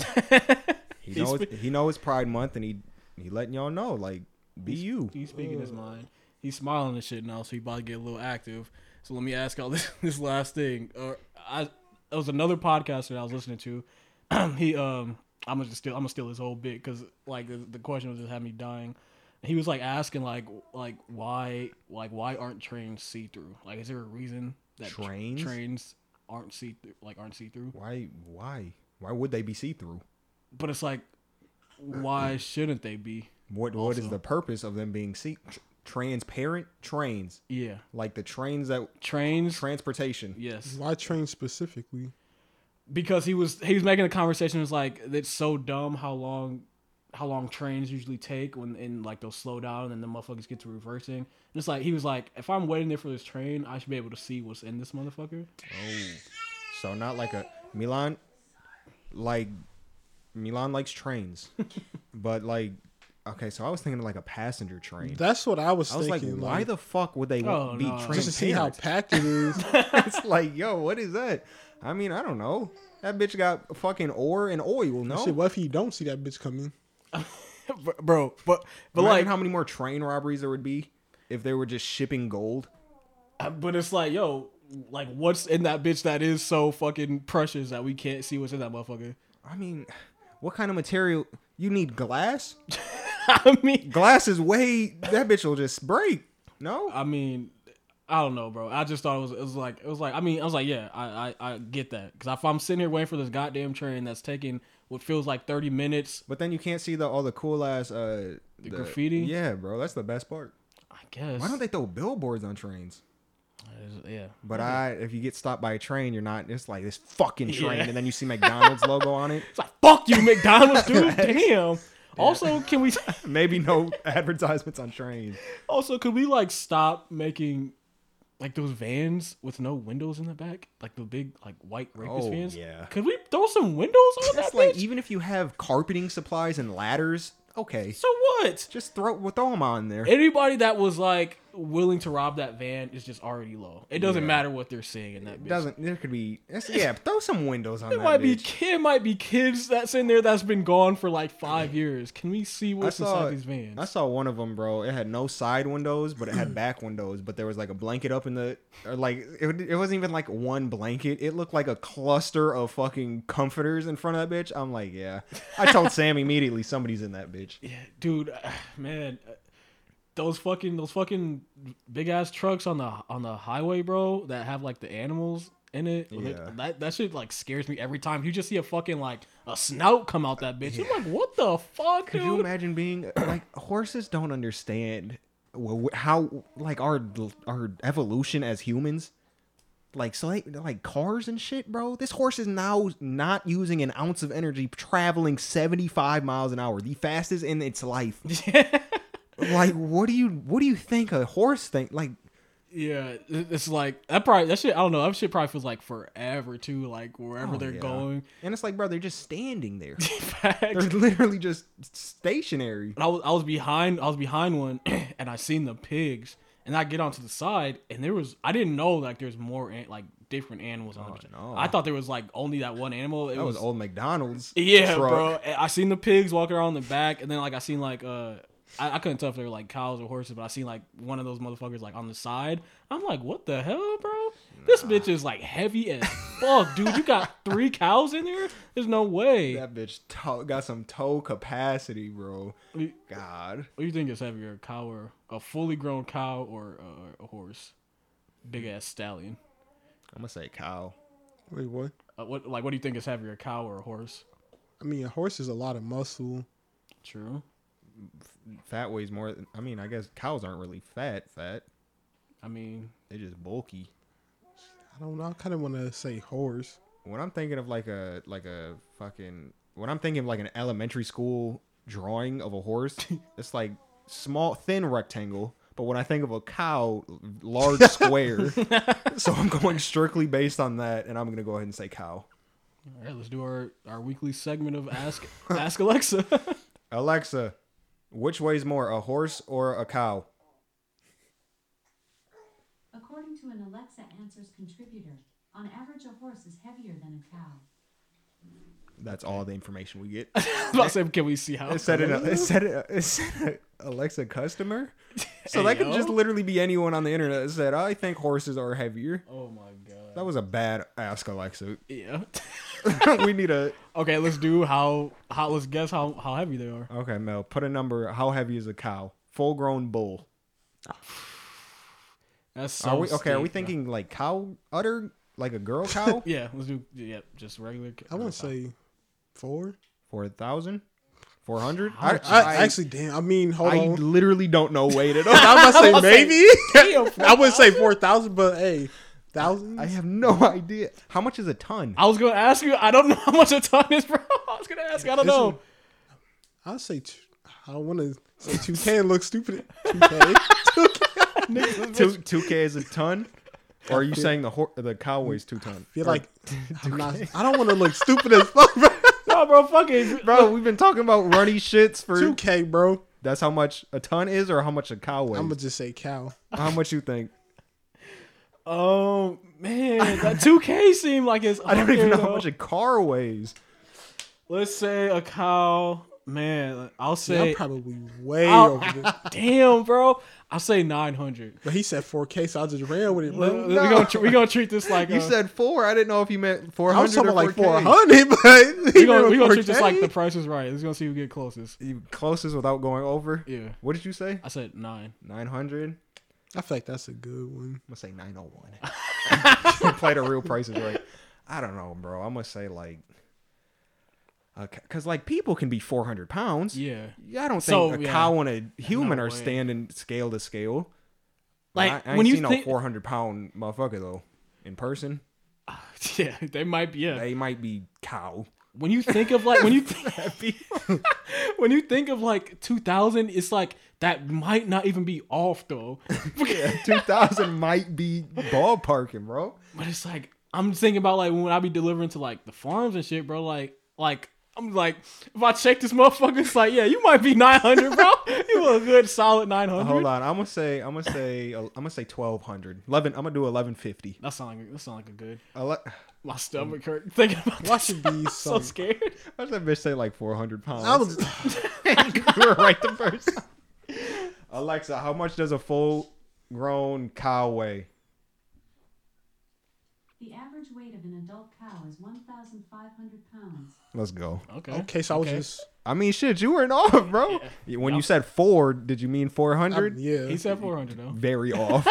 S1: he
S3: He's
S1: knows
S3: spe-
S1: he knows Pride Month, and he he letting y'all know like be you.
S3: he's speaking his mind. He's smiling and shit now, so he about to get a little active. So let me ask y'all this this last thing. Uh, I it was another podcast that I was listening to. he um I'm gonna just steal I'm gonna steal his whole bit because like the, the question was just had me dying. He was like asking like like why like why aren't trains see through? Like is there a reason that tr-
S1: Trains?
S3: trains aren't see through like aren't see through?
S1: Why why why would they be see through?
S3: But it's like why shouldn't they be?
S1: What what is
S3: Also-
S1: the purpose of them being see tr- transparent trains
S3: Yeah,
S1: like the trains that
S3: trains.
S1: transportation?
S3: yes.
S2: Why train specifically?
S3: because he was he was making a conversation. It was like it's so dumb how long how long trains usually take when and like they'll slow down and then the motherfuckers get to reversing. And it's like he was like, if I'm waiting there for this train, I should be able to see what's in this motherfucker.
S1: So not like a Milan, like Milan likes trains, but like okay. So I was thinking of like a passenger train.
S2: That's what I was,
S1: I was like,
S2: thinking.
S1: why
S2: like,
S1: the fuck would they
S3: Oh,
S1: be
S3: no.
S1: train
S2: just to see how
S1: parents?
S2: packed it is.
S1: it's like, yo, what is that? I mean, I don't know. That bitch got fucking ore and oil. No,
S2: Shit, what if you don't see that bitch coming?
S3: Br- Bro, but but
S1: Imagine
S3: like,
S1: how many more train robberies there would be if they were just shipping gold.
S3: but it's like, yo, like what's in that bitch that is so fucking precious that we can't see what's in that motherfucker?
S1: I mean, what kind of material? You need glass.
S3: I mean,
S1: Glass is way that bitch will just break. No,
S3: I mean, I don't know, bro. I just thought it was it was like it was like I mean I was like yeah I I, I get that because if I'm sitting here waiting for this goddamn train that's taking what feels like 30 minutes,
S1: but then you can't see the all the cool ass uh the,
S3: graffiti?
S1: Yeah, bro, that's the best part.
S3: I guess.
S1: Why don't they throw billboards on trains?
S3: Yeah.
S1: But I, if you get stopped by a train, you're not. It's like this fucking train,
S3: Yeah.
S1: and then you see McDonald's logo on it.
S3: It's like fuck you, McDonald's, dude. Damn. Also, can we
S1: Maybe no advertisements on trains.
S3: also could we like stop making like those vans with no windows in the back, like the big like white rapist
S1: Oh,
S3: vans?
S1: yeah.
S3: Could we throw some windows on
S1: That's
S3: that?
S1: like
S3: bitch?
S1: even if you have carpeting supplies and ladders, okay,
S3: so what?
S1: just throw well, throw them on there.
S3: Anybody that was like willing to rob that van is just already low. It doesn't
S1: Yeah.
S3: matter what they're seeing in that.
S1: It
S3: Bitch.
S1: doesn't there could be that's, yeah? Throw some windows on
S3: It
S1: that
S3: might be
S1: bitch.
S3: kid, might be kids that's in there that's been gone for like five years. Can we see
S1: I
S3: what's
S1: saw,
S3: inside these vans?
S1: I saw one of them, bro. It had no side windows, but it had back windows. But there was like a blanket up in the, or like it, it wasn't even like one blanket. It looked like a cluster of fucking comforters in front of that bitch. I'm like, yeah. I told Sam immediately, somebody's in that bitch.
S3: Yeah, dude, uh, man, those fucking those fucking big ass trucks on the on the highway, bro, that have like the animals in it.
S1: Yeah.
S3: That that shit like scares me every time. You just see a fucking like a snout come out that bitch. You're like, what the fuck,
S1: Could
S3: dude?
S1: you imagine being like horses don't understand wh- wh- how like our our evolution as humans like so like, like cars and shit bro this horse is now not using an ounce of energy traveling 75 miles an hour the fastest in its life like what do you what do you think a horse think like
S3: yeah, it- it's like that. Probably that shit. I don't know. That shit probably feels like forever too. Like wherever
S1: oh,
S3: they're
S1: yeah.
S3: going.
S1: and it's like bro they're just standing there they're
S3: Facts.
S1: literally just stationary
S3: And I was I was behind I was behind one and I seen the pigs and I get onto the side and there was I didn't know like there's more an, like different animals on the
S1: Oh, no.
S3: I thought there was like only that one animal. It
S1: that was
S3: was,
S1: old mcdonald's
S3: yeah,
S1: truck.
S3: bro. And I seen the pigs walking around the back and then like I seen like uh I, I couldn't tell if they were like cows or horses, but I seen like one of those motherfuckers like on the side. I'm like, what the hell, bro? This bitch is like heavy as fuck, dude. You got three cows in there? There's no way.
S1: That bitch to- got some toe capacity, bro.
S3: We-
S1: God,
S3: What do you think is heavier, a cow or a fully grown cow or uh, a horse? Big ass stallion.
S1: I'm gonna say cow.
S2: Wait, what?
S3: Uh, what like what do you think is heavier, a cow or a horse?
S2: I mean, a horse is a lot of muscle.
S3: True.
S1: Fat weighs more. Than, I mean, I guess cows aren't really fat. Fat.
S3: I mean,
S1: They just bulky.
S2: I don't know. I kind of want to say horse.
S1: When I'm thinking of like a like a fucking when I'm thinking of like an elementary school drawing of a horse, it's like small, thin rectangle. But when I think of a cow, large square. so I'm going strictly based on that, and I'm gonna go ahead and say cow.
S3: all right, let's do our, our weekly segment of ask ask Alexa.
S1: Alexa, which weighs more, a horse or a cow?
S4: According to an Alexa Answers contributor, on average, a horse is heavier than a cow.
S1: That's all the information we get.
S3: I was about to say, can we see how?
S1: It said it. It said it. It said a Alexa customer. So that could
S3: Ayo.
S1: just literally be anyone on the internet that said, "I think horses are heavier."
S3: Oh my god.
S1: That was a bad ask, Alexa.
S3: Yeah.
S1: we need a
S3: okay, let's do how how let's guess how how heavy they are.
S1: okay, Mel. Put a number. How heavy is a cow? Full grown bull.
S3: That's so
S1: Are we okay? Are we
S3: steep, bro.
S1: thinking like cow udder, like a girl cow?
S3: Yeah, let's do yeah, just regular.
S2: I want to say four.
S1: Four thousand. Four hundred.
S2: I,
S1: I,
S2: I actually, damn. I mean, hold
S1: I
S2: on.
S1: literally don't know weight at all.
S2: I was about to say
S3: was like,
S2: maybe.
S3: damn,
S2: I wouldn't say four thousand, but hey, thousand.
S1: I have no idea. How much is a ton?
S3: I was gonna ask you. I don't know how much a ton is, bro. I was gonna ask. I don't
S2: This
S3: know.
S2: one- I say two, I don't want to say two K and look stupid. Two K.
S1: Two two K is a ton, or are you saying the hor- the Cowboys two ton?
S2: Feel like I'm not, I don't want to look stupid as fuck, bro.
S3: No, bro, fucking
S1: bro, we've been talking about runny shits for.
S2: Two K, bro.
S1: That's how much a ton is, or how much a cow weighs.
S2: I'm gonna just say cow.
S1: how much you think?
S3: Oh man, that 2K seemed like it's.
S1: I don't even know how
S3: though.
S1: much a car weighs.
S3: Let's say a cow. Man, I'll
S2: Yeah,
S3: say.
S2: I'm probably way
S3: I'll-
S2: over this.
S3: damn, bro. I'll say 900.
S2: But he said 4K, so I just ran with it,
S3: We're
S2: bro.
S3: gonna tr- we gonna treat this like
S1: You
S3: a-
S1: said four. I didn't know if you meant four
S2: I was
S1: hundred
S2: talking
S1: or
S2: about like
S1: 400.
S2: 400, but
S3: we gonna, we gonna treat
S2: just
S3: this like the price is right. We're gonna see who get closest.
S1: You closest without going over.
S3: Yeah,
S1: What did you say?
S3: I said nine.
S1: Nine hundred. I'm
S2: I feel like that's a good one.
S1: gonna say nine oh one. Play the real prices right. I don't know, bro. I'm gonna say like, okay, because like people can be four hundred pounds.
S3: Yeah,
S1: Yeah, I don't think
S3: So,
S1: a
S3: yeah.
S1: cow and a human
S3: No
S1: are
S3: way.
S1: standing scale to scale.
S3: Like,
S1: I, I ain't
S3: when you
S1: seen
S3: think-
S1: no four hundred pound motherfucker though in person.
S3: yeah, they might be. Yeah,
S1: They might be cow.
S3: when you think of like when you think when you think of like 2000 it's like that might not even be off though
S1: Two thousand might be ballparking, bro.
S3: but it's like i'm just thinking about like when i be delivering to like the farms and shit bro like like i'm like if i check this motherfucker it's like yeah you might be 900 bro you a good solid 900
S1: Hold on, I'm gonna say I'm gonna say I'm gonna say 1200. 11. I'm gonna do 1150.
S3: that sound like that sound like a good
S1: Ele-
S3: my stomach hurt thinking about
S2: Well, I
S3: that
S2: should be
S3: so
S2: some-
S3: scared
S1: Why does that bitch say like 400 pounds?
S2: I was
S1: you were right the first. time. Alexa, how much does a full-grown cow weigh?
S4: The average weight of an adult cow is 1,500 pounds.
S1: Let's go.
S3: okay
S2: okay, so I was just
S1: I mean, shit, you weren't off, bro. When you said four, did you mean
S2: I-
S1: 400?
S2: yeah.
S3: he said 400 though
S1: Very off.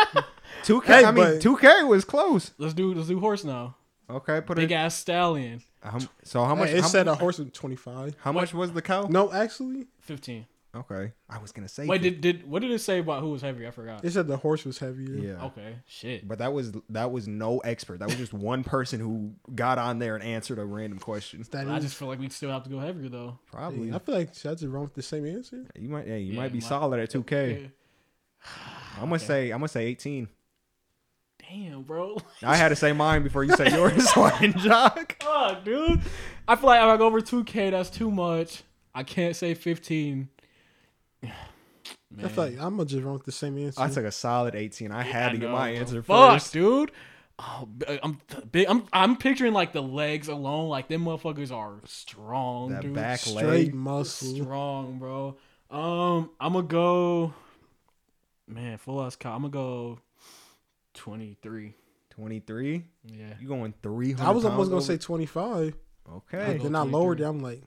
S1: 2K.
S2: Hey,
S1: I mean,
S2: but-
S1: 2K was close.
S3: let's do let's do horse now
S1: Okay, put
S3: big
S1: it.
S3: ass stallion
S1: hum- so how much?
S2: Hey, it
S1: how,
S2: said a horse was 25.
S1: how much was the cow?
S2: No, actually,
S3: 15
S1: Okay, I was gonna say.
S3: Wait,
S1: fif-
S3: did, did what did it say about who was heavy? I forgot.
S2: it said the horse was heavier.
S1: yeah.
S3: Okay, shit.
S1: But that was that was no expert. That was just one person who got on there and answered a random question.
S2: That
S3: I
S2: is-
S3: just feel like we still have to go heavier though.
S1: Probably.
S2: I feel like should I just run with the same answer.
S1: You might yeah, you
S3: Yeah,
S1: might be
S3: might-
S1: solid at 2K.
S3: Yeah.
S1: I'm gonna say I'm gonna say 18.
S3: Damn, bro.
S1: I had to say mine before you said yours, Lion Jock.
S3: Fuck, dude. I feel like if I go over two K, that's too much. I can't say fifteen. Man.
S2: I feel like I'm gonna just run with the same answer.
S1: I took a solid 18. I had
S3: I
S1: to get
S3: know,
S1: my
S3: bro.
S1: answer
S3: Fuck,
S1: first.
S3: dude. Oh, b- I'm th- big. I'm I'm picturing like the legs alone. Like them motherfuckers are strong,
S1: That
S3: dude.
S1: back
S2: Straight
S1: leg.
S2: muscle.
S3: strong, bro. Um, I'm gonna go. Man, full ass cow. I'm gonna go twenty three.
S1: 23.
S3: Yeah.
S1: You going 300?
S2: I was almost gonna
S1: pounds
S2: say
S1: over?
S2: 25,
S1: Okay.
S3: go
S2: then I lowered
S3: 23.
S2: it. I'm like,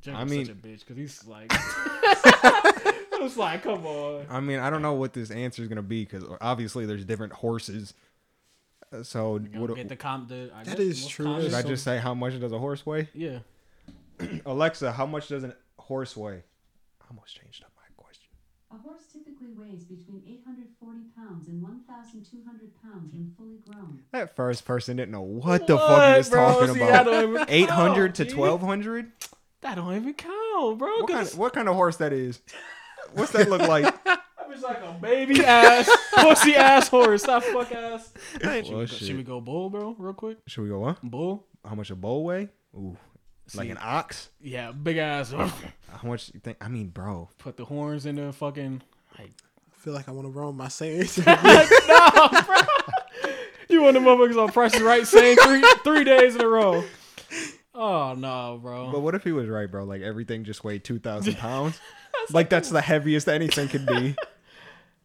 S3: Jake
S1: I
S3: was
S1: mean-
S3: such a bitch because he's like, it's like, come on.
S1: I mean, I don't know what this answer is gonna be because obviously there's different horses. Uh, So
S3: What
S1: what,
S3: get the com- the, I
S2: That
S3: guess
S2: is
S3: most
S2: true.
S3: common-
S1: should I
S2: so-
S1: just say how much does a horse weigh?
S3: yeah.
S1: Alexa, how much does a horse weigh? I almost changed up my question.
S4: A horse typically weighs between 840 pounds and 1,200 pounds when fully grown.
S1: That first person didn't know what the fuck he was
S3: bro?
S1: talking
S3: See, that
S1: about.
S3: don't even Oh, count,
S1: Eight hundred to
S3: G.
S1: twelve hundred.
S3: That don't even count, bro.
S1: What kind?
S3: Cause
S1: Of, what kind of horse that is? What's that look like?
S3: that was like a baby ass, pussy ass horse. That fuck ass. should,
S1: Well,
S3: we go,
S1: shit.
S3: should we go bull, bro? Real quick,
S1: Should we go? Huh?
S3: bull.
S1: How much a bull weigh? Ooh, like
S3: See.
S1: an ox.
S3: Yeah, big ass.
S1: How much you think? I mean, bro.
S3: Put the horns in the fucking. Like,
S2: I feel like I want to run with my same answer.
S3: You want the motherfuckers on Price is Right saying three three days in a row. Oh no, bro.
S1: But what if he was right, bro? Like everything just weighed two thousand pounds. like that's the heaviest anything could be.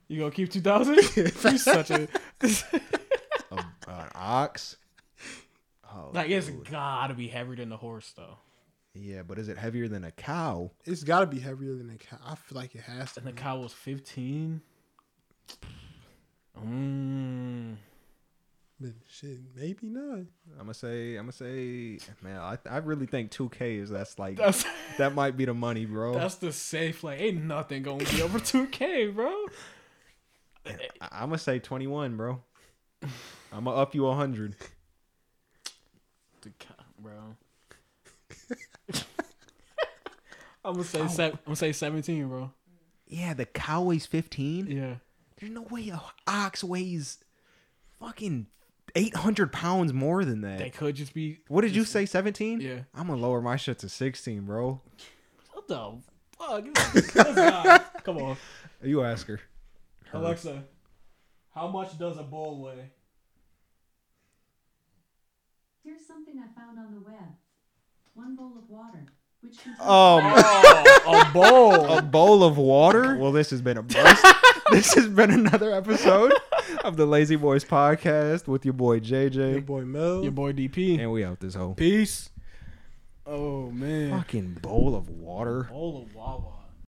S3: you gonna keep two thousand? you such a
S1: a, an ox. Oh,
S3: like it's gotta be heavier than the horse though.
S1: yeah, but is it heavier than a cow?
S2: it's gotta be heavier than a cow. I feel like it has to.
S3: And
S2: Be.
S3: the cow was fifteen. Mm.
S2: But shit, maybe not.
S1: I'm gonna say. I'm gonna say. Man, I, I really think two K is that's like
S3: That's
S1: that might be the money, bro.
S3: that's the safe. Like ain't nothing gonna be over two K, bro.
S1: I- I'm gonna say 21, bro. I'm gonna up you 100.
S3: The cow, bro. I'm gonna say se- I'm gonna say 17, bro.
S1: Yeah, the cow weighs 15.
S3: Yeah.
S1: There's no way a ox weighs fucking 800 pounds more than that.
S3: They could just be
S1: What did you say, 17?
S3: Yeah.
S1: I'm going to lower my shit to 16, bro.
S3: What the fuck? Come on.
S1: You ask her. Her.
S3: Alexa, how much does a bull weigh?
S4: Here's something I found on the web. One bowl of water, which contains
S1: Um,
S3: Oh, a bull.
S1: a bowl of water? Well, this has been a bust. this has been another episode of the Lazy Boys podcast with your boy
S2: Your
S1: JJ.
S2: boy Mel.
S3: Your boy DP.
S1: And we out this whole
S3: Peace. Oh man.
S1: fucking bowl of water.
S3: Bowl of Wawa.